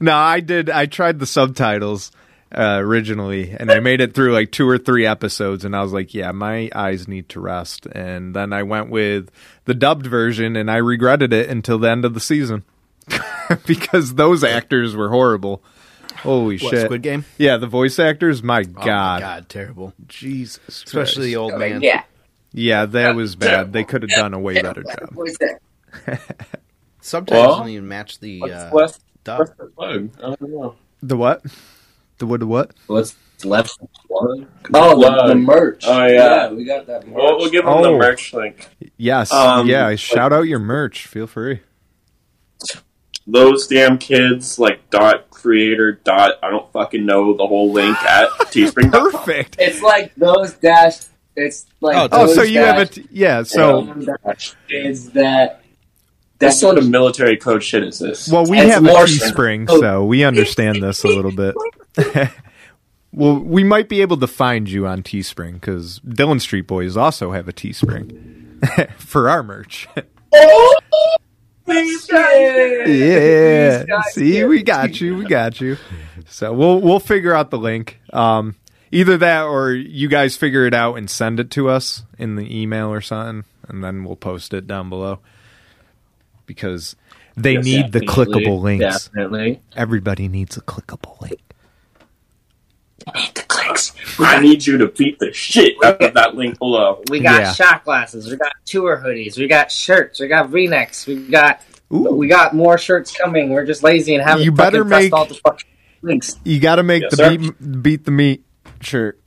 [SPEAKER 2] no, I did. I tried the subtitles uh, originally, and I made it through like two or three episodes, and I was like, "Yeah, my eyes need to rest." And then I went with the dubbed version, and I regretted it until the end of the season because those actors were horrible. Holy
[SPEAKER 4] What,
[SPEAKER 2] shit!
[SPEAKER 4] Squid Game?
[SPEAKER 2] Yeah, the voice actors. My
[SPEAKER 4] Oh my
[SPEAKER 2] god.
[SPEAKER 4] God, terrible.
[SPEAKER 2] Jesus. Christ.
[SPEAKER 4] Especially the old man.
[SPEAKER 6] Yeah.
[SPEAKER 2] Yeah, that was bad. They could have done a way better job.
[SPEAKER 6] What is that?
[SPEAKER 4] Sometimes
[SPEAKER 5] Well,
[SPEAKER 4] don't even match the
[SPEAKER 5] What's
[SPEAKER 4] uh,
[SPEAKER 5] left?
[SPEAKER 4] dub.
[SPEAKER 5] What's the plug? I don't know.
[SPEAKER 2] The what? The what? The what?
[SPEAKER 6] What's left? Plug? Oh, the, the
[SPEAKER 5] Plug.
[SPEAKER 6] merch.
[SPEAKER 5] Oh, yeah.
[SPEAKER 6] we got that merch.
[SPEAKER 5] Well, we'll give them
[SPEAKER 2] Oh.
[SPEAKER 5] the merch link.
[SPEAKER 2] Yes.
[SPEAKER 5] Um,
[SPEAKER 2] yeah. Shout out your merch. Feel free.
[SPEAKER 5] Those damn kids, like dot creator dot. I don't fucking know the whole link at Teespring.
[SPEAKER 2] Perfect.
[SPEAKER 6] it's like those dash. It's like
[SPEAKER 4] Oh,
[SPEAKER 2] Oh,
[SPEAKER 6] those
[SPEAKER 2] so you
[SPEAKER 6] dash,
[SPEAKER 2] have a t- yeah. So
[SPEAKER 6] is that
[SPEAKER 5] What sort of military code shit is this?
[SPEAKER 2] well, we
[SPEAKER 6] It's
[SPEAKER 2] have a
[SPEAKER 6] more-
[SPEAKER 2] Teespring,
[SPEAKER 6] oh.
[SPEAKER 2] so we understand this a little bit. well, we might be able to find you on Teespring because Dylan Street Boys also have a Teespring for our merch. yeah. See, we got you. We got you. So we'll we'll figure out the link. Um, either that or you guys figure it out and send it to us in the email or something, and then we'll post it down below because they need the clickable links.
[SPEAKER 6] Definitely.
[SPEAKER 2] Everybody needs a clickable link.
[SPEAKER 5] I need you to beat the shit out of that link below.
[SPEAKER 7] We got
[SPEAKER 2] Yeah.
[SPEAKER 7] shot glasses. We got tour hoodies. We got shirts. We got V-necks. We got
[SPEAKER 2] Ooh,
[SPEAKER 7] we got more shirts coming. We're just lazy and haven't
[SPEAKER 2] You
[SPEAKER 7] fucking
[SPEAKER 2] better
[SPEAKER 7] pressed
[SPEAKER 2] make-
[SPEAKER 7] all the fucking links.
[SPEAKER 2] you got to make
[SPEAKER 5] Yes,
[SPEAKER 2] the
[SPEAKER 5] sir.
[SPEAKER 2] beat, beat the meat shirt.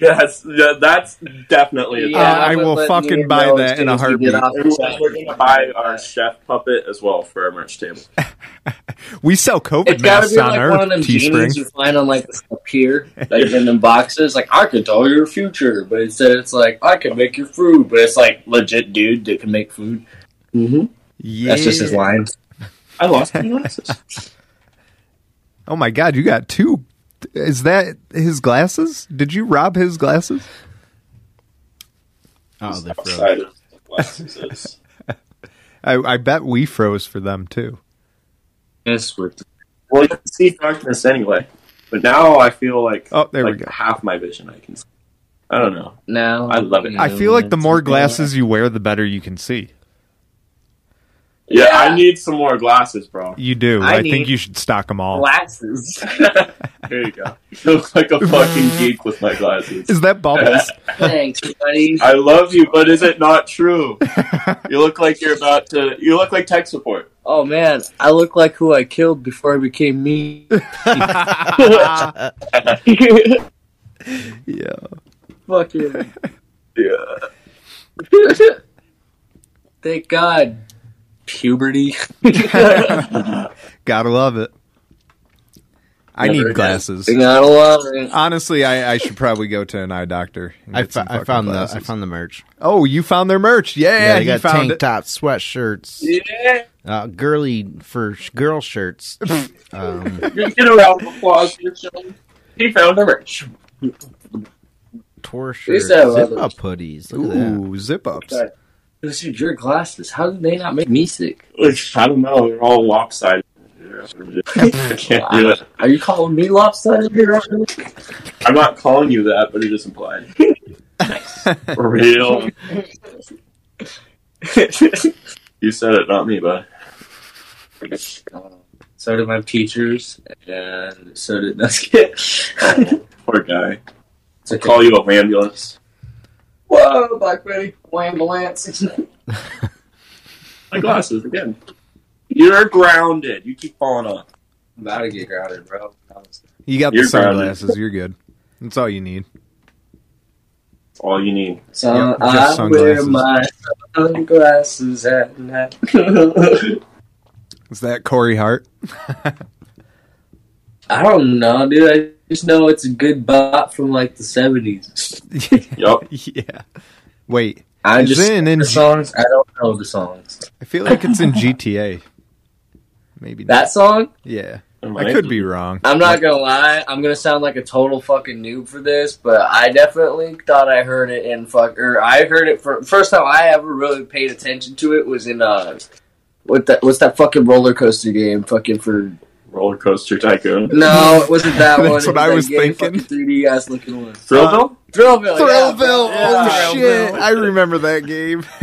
[SPEAKER 5] Yes, th- that's definitely.
[SPEAKER 2] Uh,
[SPEAKER 5] A
[SPEAKER 6] Yeah,
[SPEAKER 2] I
[SPEAKER 6] but
[SPEAKER 2] will
[SPEAKER 6] let
[SPEAKER 2] fucking
[SPEAKER 6] Ian
[SPEAKER 2] buy
[SPEAKER 6] know as
[SPEAKER 2] that in
[SPEAKER 6] soon
[SPEAKER 2] a
[SPEAKER 6] as we get
[SPEAKER 2] heartbeat.
[SPEAKER 6] off the chat.
[SPEAKER 5] We're gonna buy our chef puppet as well for our merch table.
[SPEAKER 2] We sell COVID
[SPEAKER 6] It's gotta
[SPEAKER 2] masks
[SPEAKER 6] be
[SPEAKER 2] on
[SPEAKER 6] like
[SPEAKER 2] our
[SPEAKER 6] one of them genies you
[SPEAKER 2] Teespring.
[SPEAKER 6] find on like a pier, like in them boxes. Like I can tell your future, but instead it's like I can make your food, but it's like legit dude that can make food. Mm-hmm.
[SPEAKER 2] Yeah.
[SPEAKER 6] That's just his line.
[SPEAKER 5] I lost my glasses.
[SPEAKER 2] Oh my god, you got two. Is that his glasses? Did you rob his glasses?
[SPEAKER 4] Oh, they froze.
[SPEAKER 5] Outside of the glasses is-
[SPEAKER 2] I, I bet we froze for them too.
[SPEAKER 6] Yes, with
[SPEAKER 5] Well, you can see darkness anyway, but now I feel like
[SPEAKER 2] Oh, there we
[SPEAKER 5] like
[SPEAKER 2] go.
[SPEAKER 5] half my vision I can. See. I don't know.
[SPEAKER 6] now
[SPEAKER 5] I love it.
[SPEAKER 2] I feel like the more glasses you wear, the better you can see.
[SPEAKER 5] Yeah, I need some more glasses, bro.
[SPEAKER 2] You do.
[SPEAKER 7] I
[SPEAKER 2] I, think
[SPEAKER 7] need
[SPEAKER 2] you should stock them all.
[SPEAKER 7] glasses.
[SPEAKER 5] Here you go. You look like a fucking geek with my glasses.
[SPEAKER 2] Is that bubbles?
[SPEAKER 6] Thanks, buddy.
[SPEAKER 5] I love you, but is it not true? You look like you're about to. You look like tech support.
[SPEAKER 6] Oh man, I look like who I killed before I became me.
[SPEAKER 2] yeah.
[SPEAKER 6] Fucking
[SPEAKER 5] Yeah.
[SPEAKER 6] thank God. Puberty.
[SPEAKER 2] Gotta love it. I
[SPEAKER 6] Never
[SPEAKER 2] need
[SPEAKER 6] again.
[SPEAKER 2] glasses.
[SPEAKER 6] Not a lot. man.
[SPEAKER 2] Honestly, I, I should probably go to an eye doctor. and
[SPEAKER 4] I,
[SPEAKER 2] get
[SPEAKER 4] fo-
[SPEAKER 2] some
[SPEAKER 4] I
[SPEAKER 2] fucking
[SPEAKER 4] found the I
[SPEAKER 2] glasses.
[SPEAKER 4] found the merch.
[SPEAKER 2] Oh, you found their merch. Yeah,
[SPEAKER 4] Yeah, they
[SPEAKER 2] he
[SPEAKER 4] got
[SPEAKER 2] found
[SPEAKER 4] tank
[SPEAKER 2] it.
[SPEAKER 4] tops, sweatshirts,
[SPEAKER 5] Yeah.
[SPEAKER 4] uh, girly for sh- girl shirts. um,
[SPEAKER 5] You get a round of applause for yourself. He found a merch.
[SPEAKER 4] tour
[SPEAKER 6] These
[SPEAKER 4] shirts,
[SPEAKER 6] have
[SPEAKER 4] zip
[SPEAKER 6] others.
[SPEAKER 4] up hoodies. Look at that.
[SPEAKER 2] Ooh, zip ups.
[SPEAKER 6] Okay. Those are your glasses. How did they not make me sick?
[SPEAKER 5] Which, I don't know. They're all lopsided. I can't do it.
[SPEAKER 6] Are you calling me lopsided? Uh,
[SPEAKER 5] I'm not calling you that, but it is implied. For real. You said it, not me, bud.
[SPEAKER 6] so did my teachers, and so did that's good.
[SPEAKER 5] Poor guy.
[SPEAKER 6] It's okay.
[SPEAKER 5] Call you a ambulance.
[SPEAKER 6] Whoa, Black Betty, ambulance.
[SPEAKER 5] My glasses again. You're grounded. You keep falling off.
[SPEAKER 6] about to get grounded, bro.
[SPEAKER 2] You got
[SPEAKER 5] You're
[SPEAKER 2] the
[SPEAKER 5] grounded.
[SPEAKER 2] sunglasses. You're good. That's all you need.
[SPEAKER 5] That's all you need.
[SPEAKER 6] So
[SPEAKER 2] Yeah, just
[SPEAKER 6] I wear
[SPEAKER 2] sunglasses.
[SPEAKER 6] my sunglasses at night. I
[SPEAKER 2] Is that Corey Hart?
[SPEAKER 6] don't know, dude. I just know it's a good bop from like the seventies.
[SPEAKER 5] Yup.
[SPEAKER 2] yeah. Wait,
[SPEAKER 6] I
[SPEAKER 2] Is
[SPEAKER 6] just
[SPEAKER 2] it an
[SPEAKER 6] the
[SPEAKER 2] in-
[SPEAKER 6] songs. I don't know the songs.
[SPEAKER 2] I feel like it's in GTA. Maybe not.
[SPEAKER 6] That song?
[SPEAKER 2] Yeah,
[SPEAKER 5] It
[SPEAKER 2] I
[SPEAKER 5] might
[SPEAKER 2] could be wrong.
[SPEAKER 6] I'm not gonna lie. I'm gonna sound like a total fucking noob for this, but I definitely thought I heard it in fuck. Or I heard it for first time I ever really paid attention to it was in uh, what that what's that fucking roller coaster game? Fucking for
[SPEAKER 5] Roller Coaster Tycoon.
[SPEAKER 6] no, it wasn't that one.
[SPEAKER 2] That's
[SPEAKER 6] It
[SPEAKER 2] what I
[SPEAKER 6] that
[SPEAKER 2] was
[SPEAKER 6] gay
[SPEAKER 2] thinking.
[SPEAKER 6] fucking 3D ass looking one.
[SPEAKER 5] Thrillville?
[SPEAKER 6] Thrillville. Oh, yeah.
[SPEAKER 2] Thrillville!
[SPEAKER 6] Yeah.
[SPEAKER 2] Oh shit! I remember that game.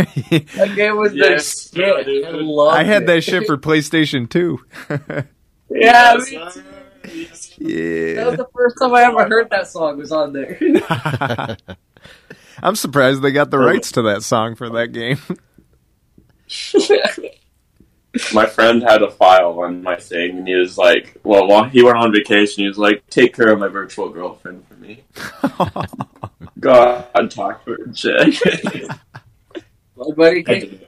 [SPEAKER 6] That game was
[SPEAKER 5] Yes.
[SPEAKER 6] the shit. I,
[SPEAKER 5] Yeah, dude.
[SPEAKER 6] loved
[SPEAKER 2] I had
[SPEAKER 6] it.
[SPEAKER 2] that shit for PlayStation 2.
[SPEAKER 6] Yeah, me
[SPEAKER 5] Yes,
[SPEAKER 6] too.
[SPEAKER 5] yes.
[SPEAKER 6] That was
[SPEAKER 2] yeah.
[SPEAKER 6] the first time I ever heard that song was on there.
[SPEAKER 2] I'm surprised they got the rights to that song for that game.
[SPEAKER 5] my friend had a file on my thing, and he was like, "Well, while he went on vacation, he was like, take care of my virtual girlfriend for me."
[SPEAKER 2] Oh,
[SPEAKER 5] God, talk to her, Jay.
[SPEAKER 6] My buddy came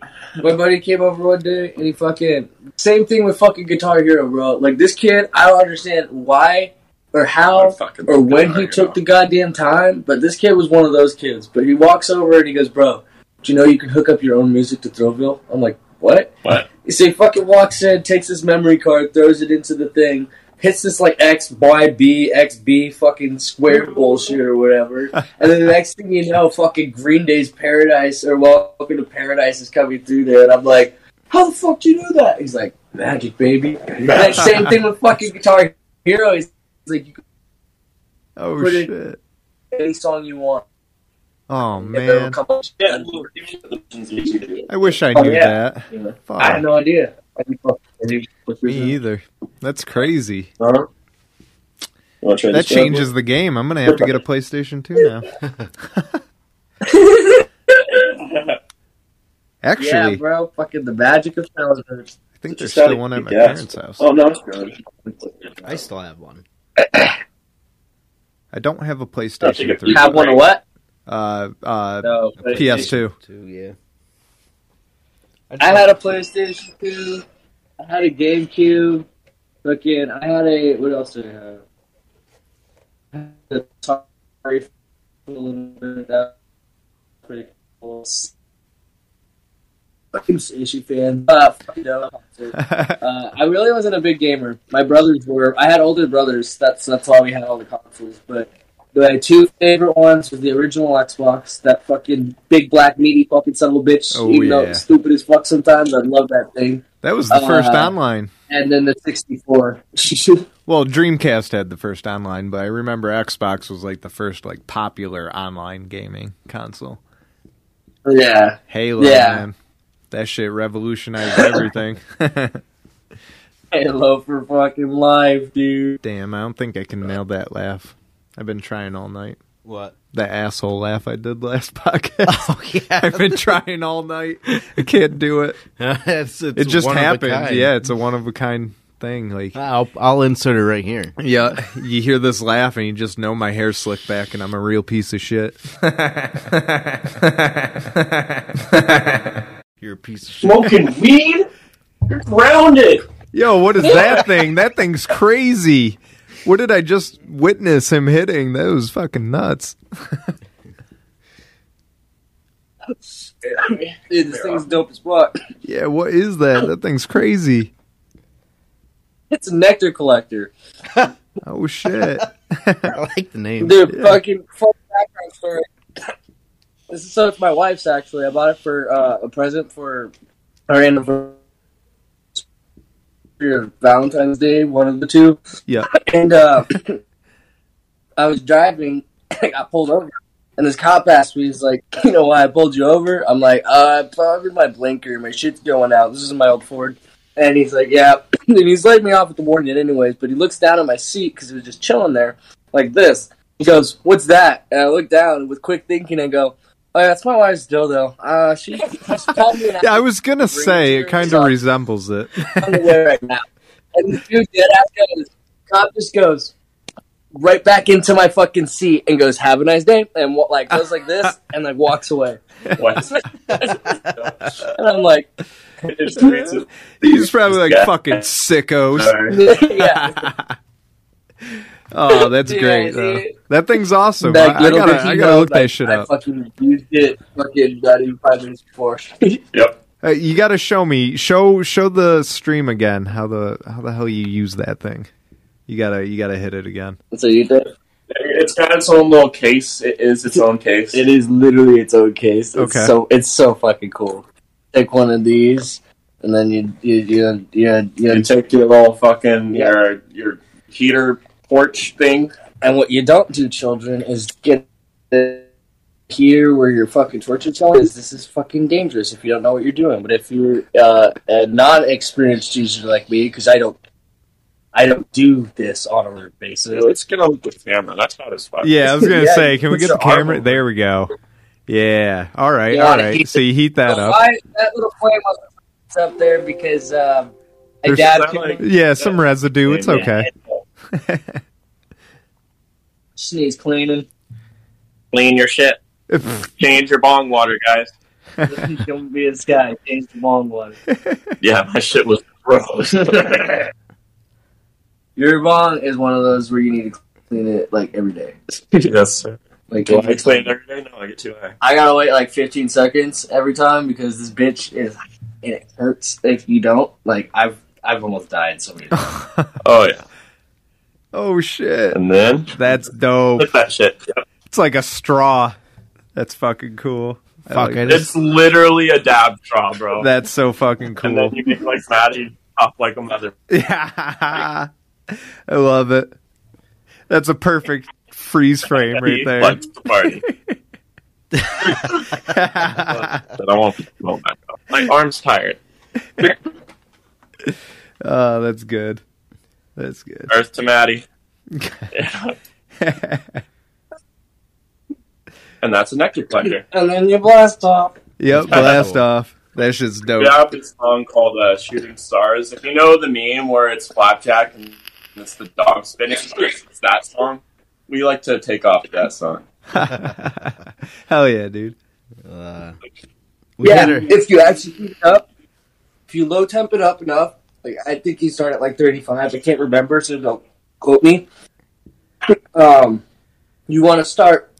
[SPEAKER 6] My buddy came over one day and he fucking same thing with fucking Guitar Hero, bro. Like this kid, I don't understand why or
[SPEAKER 5] Oh.
[SPEAKER 6] how or when he took the goddamn time, but this kid was one of those kids. But he walks over and he goes, "Bro, do you know you can hook up your own music to Thrillville?" I'm like, "What?"
[SPEAKER 5] What?
[SPEAKER 6] So he fucking walks in, takes his memory card, throws it into the thing. Hits this like X Y B X B fucking square bullshit or whatever, and then the next thing you know, fucking Green Day's Paradise or Welcome to Paradise is coming through there, and I'm like, how the fuck do you know that? He's like, magic, baby. And that same thing with fucking Guitar Hero. He's like, you can
[SPEAKER 2] Oh
[SPEAKER 6] Put it-
[SPEAKER 2] shit.
[SPEAKER 6] play any song you want.
[SPEAKER 2] Oh
[SPEAKER 6] And it'll
[SPEAKER 2] man.
[SPEAKER 6] come up.
[SPEAKER 5] Yeah, look, even the things we do.
[SPEAKER 2] I wish I knew
[SPEAKER 6] Oh, yeah.
[SPEAKER 2] that.
[SPEAKER 6] Yeah.
[SPEAKER 2] Fuck.
[SPEAKER 6] I have no idea. I mean, fuck, I do-
[SPEAKER 2] Oh. Me either. That's crazy.
[SPEAKER 5] Huh? You wanna try
[SPEAKER 2] That
[SPEAKER 5] this job?
[SPEAKER 2] changes the game. I'm gonna have to get a PlayStation 2 now.
[SPEAKER 6] Yeah,
[SPEAKER 2] Actually,
[SPEAKER 6] bro, fucking the magic of childhood.
[SPEAKER 2] I think there's
[SPEAKER 5] Just gotta
[SPEAKER 2] still one at
[SPEAKER 5] kick
[SPEAKER 2] my
[SPEAKER 5] ass.
[SPEAKER 2] parents' house.
[SPEAKER 5] Oh no, it's good.
[SPEAKER 4] I still have one.
[SPEAKER 2] I don't have a
[SPEAKER 5] Nothing
[SPEAKER 2] PlayStation
[SPEAKER 5] if
[SPEAKER 2] 3.
[SPEAKER 5] you
[SPEAKER 6] Have one of what?
[SPEAKER 2] Uh, uh,
[SPEAKER 6] No, but-
[SPEAKER 2] PS2.
[SPEAKER 4] Two, yeah.
[SPEAKER 6] I had a PlayStation 2. I had a GameCube. Fucking, I had a. What else did I have? I had a Atari for a little bit. That was pretty cool. Fucking Station fan. Uh, fuck no. Uh, I really wasn't a big gamer. My brothers were. I had older brothers. That's that's why we had all the consoles. But my two favorite ones was the original Xbox. That fucking big black meaty fucking son of a bitch.
[SPEAKER 2] Oh,
[SPEAKER 6] even though
[SPEAKER 2] yeah.
[SPEAKER 6] it was stupid as fuck sometimes, I love that thing.
[SPEAKER 2] that was the first
[SPEAKER 6] Uh,
[SPEAKER 2] online.
[SPEAKER 6] And then the 64.
[SPEAKER 2] Well, Dreamcast had the first online, but I remember Xbox was like the first like popular online gaming console.
[SPEAKER 6] yeah,
[SPEAKER 2] Halo,
[SPEAKER 6] Yeah.
[SPEAKER 2] man, that shit revolutionized everything.
[SPEAKER 6] Halo for fucking life, dude.
[SPEAKER 2] Damn, I don't think I can nail that laugh. I've been trying all night.
[SPEAKER 4] What?
[SPEAKER 2] That asshole laugh I did last podcast.
[SPEAKER 4] Oh yeah.
[SPEAKER 2] I've been trying all night. I can't do it.
[SPEAKER 4] it's, it's
[SPEAKER 2] It just
[SPEAKER 4] one of a
[SPEAKER 2] happens.
[SPEAKER 4] kind. Uh.
[SPEAKER 2] Yeah, it's a one of a kind thing. Like,
[SPEAKER 4] I'll, I'll insert it right here.
[SPEAKER 2] yeah, you hear this laugh and you just know my hair slicked back and I'm a real piece of shit.
[SPEAKER 4] You're a piece of shit.
[SPEAKER 5] Smoking weed? You're grounded.
[SPEAKER 2] Yo, what is that thing? That thing's crazy. What did I just witness him hitting? That was fucking nuts.
[SPEAKER 6] Dude, this thing's dope as fuck.
[SPEAKER 2] Yeah, what is that? That thing's crazy.
[SPEAKER 6] It's a nectar collector.
[SPEAKER 2] Oh shit.
[SPEAKER 4] I like the name.
[SPEAKER 6] Dude,
[SPEAKER 2] Yeah.
[SPEAKER 6] fucking full background story. This is so it's my wife's actually. I bought it for uh, a present for our anniversary or Valentine's Day, one of the two.
[SPEAKER 2] Yeah.
[SPEAKER 6] And uh, I was driving, I got pulled over, and this cop asked me, he's like, You know why I pulled you over? I'm like, uh, probably my blinker, my shit's going out. This is my old Ford. And he's like, Yeah. And he's letting me off at the warning, anyways, but he looks down at my seat because it was just chilling there, like this. He goes, What's that? And I look down and with quick thinking and go, Oh, yeah, that's my wife's dildo. Uh, she, she called me. and
[SPEAKER 2] Yeah, I was gonna say it kind of
[SPEAKER 6] Sorry.
[SPEAKER 2] resembles it.
[SPEAKER 6] underwear right now. And the dude dead ass goes, cop just goes, right back into my fucking seat and goes, "Have a nice day," and what like goes like this and like walks away.
[SPEAKER 5] What?
[SPEAKER 6] And I'm like,
[SPEAKER 5] It's crazy.
[SPEAKER 2] He's probably like
[SPEAKER 5] Yeah.
[SPEAKER 2] fucking sickos.
[SPEAKER 5] Sorry.
[SPEAKER 6] yeah,
[SPEAKER 2] Oh, that's
[SPEAKER 6] Yeah,
[SPEAKER 2] great. though.
[SPEAKER 6] dude.
[SPEAKER 2] That thing's awesome.
[SPEAKER 6] Like,
[SPEAKER 2] I, I
[SPEAKER 6] little
[SPEAKER 2] gotta,
[SPEAKER 6] did he
[SPEAKER 2] I gotta
[SPEAKER 6] know,
[SPEAKER 2] look
[SPEAKER 6] like,
[SPEAKER 2] that shit
[SPEAKER 6] I
[SPEAKER 2] up.
[SPEAKER 6] fucking used it fucking not even five minutes before.
[SPEAKER 5] Yep.
[SPEAKER 2] Uh, you gotta show me show show the stream again how the how the hell you use that thing. You gotta you gotta hit it again.
[SPEAKER 6] so you did.
[SPEAKER 5] It's got its own little case. It is its own case.
[SPEAKER 6] It is literally its own case. It's
[SPEAKER 2] Okay.
[SPEAKER 6] so it's so fucking cool. Take one of these, and then you you you you, you,
[SPEAKER 5] You take your little fucking your your heater porch thing.
[SPEAKER 6] and what you don't do, children, is get the- here where your fucking torture cell is. This is fucking dangerous if you don't know what you're doing. But if you're uh, a non-experienced user like me, because I don't, I don't do this on a regular basis.
[SPEAKER 5] Let's get on the camera. That's not as fun.
[SPEAKER 2] Yeah, I was gonna
[SPEAKER 6] Yeah,
[SPEAKER 2] say, can we get
[SPEAKER 5] put
[SPEAKER 2] the
[SPEAKER 5] your arm
[SPEAKER 2] camera?
[SPEAKER 5] over
[SPEAKER 2] There we go. Yeah. All right.
[SPEAKER 6] Yeah,
[SPEAKER 2] all
[SPEAKER 6] I
[SPEAKER 2] right.
[SPEAKER 6] hate
[SPEAKER 2] So you heat that
[SPEAKER 6] So
[SPEAKER 2] up.
[SPEAKER 6] I- that little flame was up there because um, my
[SPEAKER 2] There's-
[SPEAKER 6] dad.
[SPEAKER 5] Sound like-
[SPEAKER 2] Yeah, some residue. It's okay.
[SPEAKER 6] sneeze cleaning.
[SPEAKER 5] Clean your shit. Change your bong water, guys.
[SPEAKER 6] Don't be a sky. Change the long one.
[SPEAKER 5] Yeah, my shit was gross.
[SPEAKER 6] Your bong is one of those where you need to clean it like every day.
[SPEAKER 5] yes, sir.
[SPEAKER 6] Like
[SPEAKER 5] Do I
[SPEAKER 6] every-
[SPEAKER 5] clean every day? No, I get too high.
[SPEAKER 6] I gotta wait like 15 seconds every time because this bitch is and it hurts if you don't. Like I've I've almost died so many times.
[SPEAKER 5] Oh yeah.
[SPEAKER 2] Oh shit.
[SPEAKER 5] And then
[SPEAKER 2] That's dope.
[SPEAKER 5] look at that shit. Yep.
[SPEAKER 2] It's like a straw. That's fucking cool. I
[SPEAKER 4] Fuck,
[SPEAKER 2] like-
[SPEAKER 4] I just
[SPEAKER 5] It's literally a dab straw, bro.
[SPEAKER 2] That's so fucking cool.
[SPEAKER 5] And then you make like Maddie pop like a mother.
[SPEAKER 2] Yeah. I love it. That's a perfect freeze frame right
[SPEAKER 5] He
[SPEAKER 2] there.
[SPEAKER 5] likes to party. But I won't go back up. My arm's tired.
[SPEAKER 2] Oh, that's good. That's good.
[SPEAKER 5] Earth to Maddie. and that's a nectar collector.
[SPEAKER 6] and then you blast off.
[SPEAKER 2] Yep, blast off. That shit's dope.
[SPEAKER 5] We have this song called uh, Shooting Stars. If you know the meme where it's Flapjack and it's the dog spinning, it's that song. We like to take off that song.
[SPEAKER 2] Hell yeah, dude.
[SPEAKER 4] uh, we
[SPEAKER 6] yeah,
[SPEAKER 4] had our,
[SPEAKER 6] if you actually heat it up, if you low temp it up enough, like I think you start at like 35. I can't remember, so don't quote me. um, you want to start,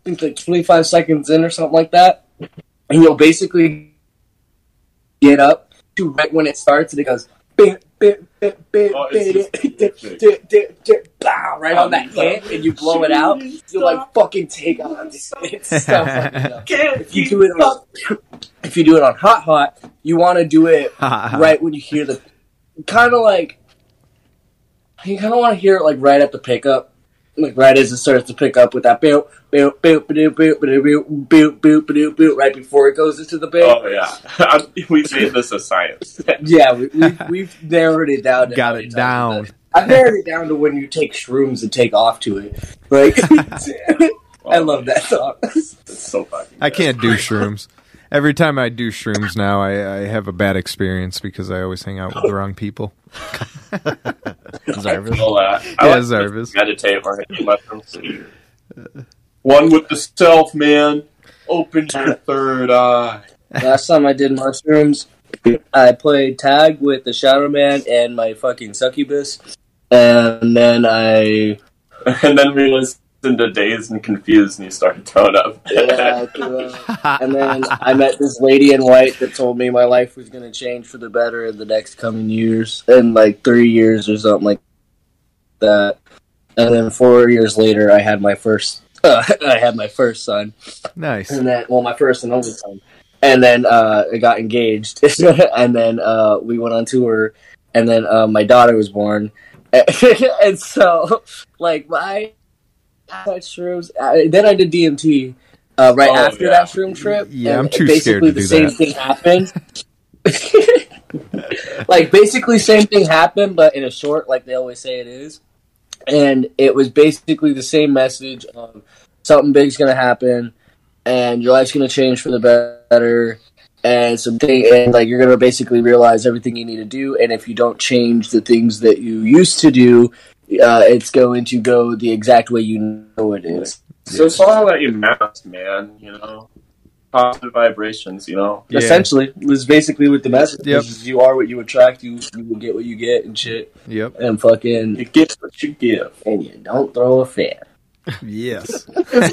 [SPEAKER 6] I think like 25 seconds in or something like that, and you'll basically get up to right when it starts, and it goes. "Bing, bing, bing, bing,
[SPEAKER 5] Oh,
[SPEAKER 6] bing,
[SPEAKER 5] it's
[SPEAKER 6] ding,
[SPEAKER 5] just-
[SPEAKER 6] ding, ding, ding," pow, Right on that hit, and you blow it out. You like fucking take off. It's so fucking dope if you do it on, if you do it on hot hot, you want to do it
[SPEAKER 2] Uh-huh.
[SPEAKER 6] right when you hear the kind of like you kind of want to hear it like right at the pickup, like right as it starts to pick up with that boop boop boop boop boop boop boop boop boop boop boop right before it goes into the boop.
[SPEAKER 5] Oh, yeah. we made this a science.
[SPEAKER 6] Yeah, we, we, we've narrowed it down. to how
[SPEAKER 2] Got
[SPEAKER 6] many
[SPEAKER 2] it
[SPEAKER 6] times
[SPEAKER 2] down.
[SPEAKER 6] that- I've narrowed it down to when you take shrooms and take off to it. Like, I love that song.
[SPEAKER 5] It's so fucking
[SPEAKER 2] I
[SPEAKER 5] good.
[SPEAKER 2] can't do shrooms. Every time I do shrooms now, I, I have a bad experience because I always hang out with the wrong people.
[SPEAKER 4] Zarvis.
[SPEAKER 5] Well, uh,
[SPEAKER 2] Yeah,
[SPEAKER 5] I like to
[SPEAKER 2] Zarvis.
[SPEAKER 5] meditate on it. mushrooms. One with the self, man. Open your third eye.
[SPEAKER 6] Last time I did mushrooms, I played tag with the Shadow Man and my fucking succubus, and then I
[SPEAKER 5] And then we listened to Dazed and Confused, and you started throwing up.
[SPEAKER 6] yeah, uh, and then I met this lady in white that told me my life was gonna change for the better in the next coming years, in like three years or something like that. And then four years later, I had my first. I had my first son.
[SPEAKER 2] Nice.
[SPEAKER 6] and then well my first and only time and then uh i got engaged and then uh we went on tour and then uh, my daughter was born and so like my I had shrooms I, then i did dmt uh, right
[SPEAKER 5] Oh,
[SPEAKER 6] after
[SPEAKER 5] yeah.
[SPEAKER 6] that shroom trip
[SPEAKER 2] Yeah, I'm
[SPEAKER 6] and
[SPEAKER 2] too scared
[SPEAKER 6] basically
[SPEAKER 2] to
[SPEAKER 6] the
[SPEAKER 2] do
[SPEAKER 6] same
[SPEAKER 2] that.
[SPEAKER 6] thing happened like basically same thing happened but in a short like they always say it is and it was basically the same message of something big's gonna happen and your life's gonna change for the better and some thing and like you're gonna basically realize everything you need to do and if you don't change the things that you used to do uh, it's going to go the exact way you know it is.
[SPEAKER 5] So it's all that you mask, man. You know, positive vibrations. You know,
[SPEAKER 2] Yeah.
[SPEAKER 6] Essentially, was basically what the message
[SPEAKER 2] Yep.
[SPEAKER 6] was, is You are what you attract. You you will get what you get and shit.
[SPEAKER 2] Yep.
[SPEAKER 6] And fucking
[SPEAKER 5] you get what you give.
[SPEAKER 6] and you don't throw a fit.
[SPEAKER 2] Yes.
[SPEAKER 6] the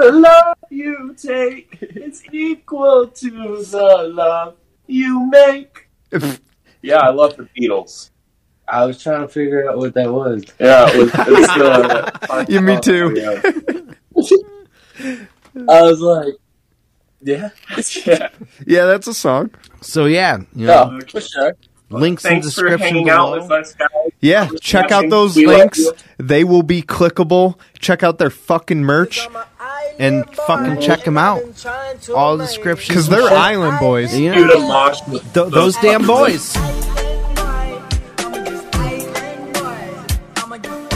[SPEAKER 6] love you take is equal to the love you make.
[SPEAKER 5] Yeah, I love the Beatles.
[SPEAKER 6] I was trying to figure out what that was.
[SPEAKER 5] Yeah, it was, it's uh,
[SPEAKER 2] Yeah, me too.
[SPEAKER 5] Yeah.
[SPEAKER 6] I was like, yeah,
[SPEAKER 5] Yeah.
[SPEAKER 2] Yeah, that's a song.
[SPEAKER 4] So yeah, you know,
[SPEAKER 6] no, for sure.
[SPEAKER 4] links in
[SPEAKER 5] Thanks for
[SPEAKER 4] description
[SPEAKER 5] hanging
[SPEAKER 4] below.
[SPEAKER 5] out with us, guys.
[SPEAKER 2] Yeah, check out those
[SPEAKER 5] We love
[SPEAKER 2] links.
[SPEAKER 5] you.
[SPEAKER 2] They will be clickable. Check out their fucking merch
[SPEAKER 4] and fucking check them out. All the descriptions
[SPEAKER 2] because they're
[SPEAKER 4] and shit.
[SPEAKER 2] island boys.
[SPEAKER 4] You know,
[SPEAKER 5] Dude, a mosh with
[SPEAKER 4] th- those damn boys.
[SPEAKER 8] Island boy. I'm a island boy. I'm a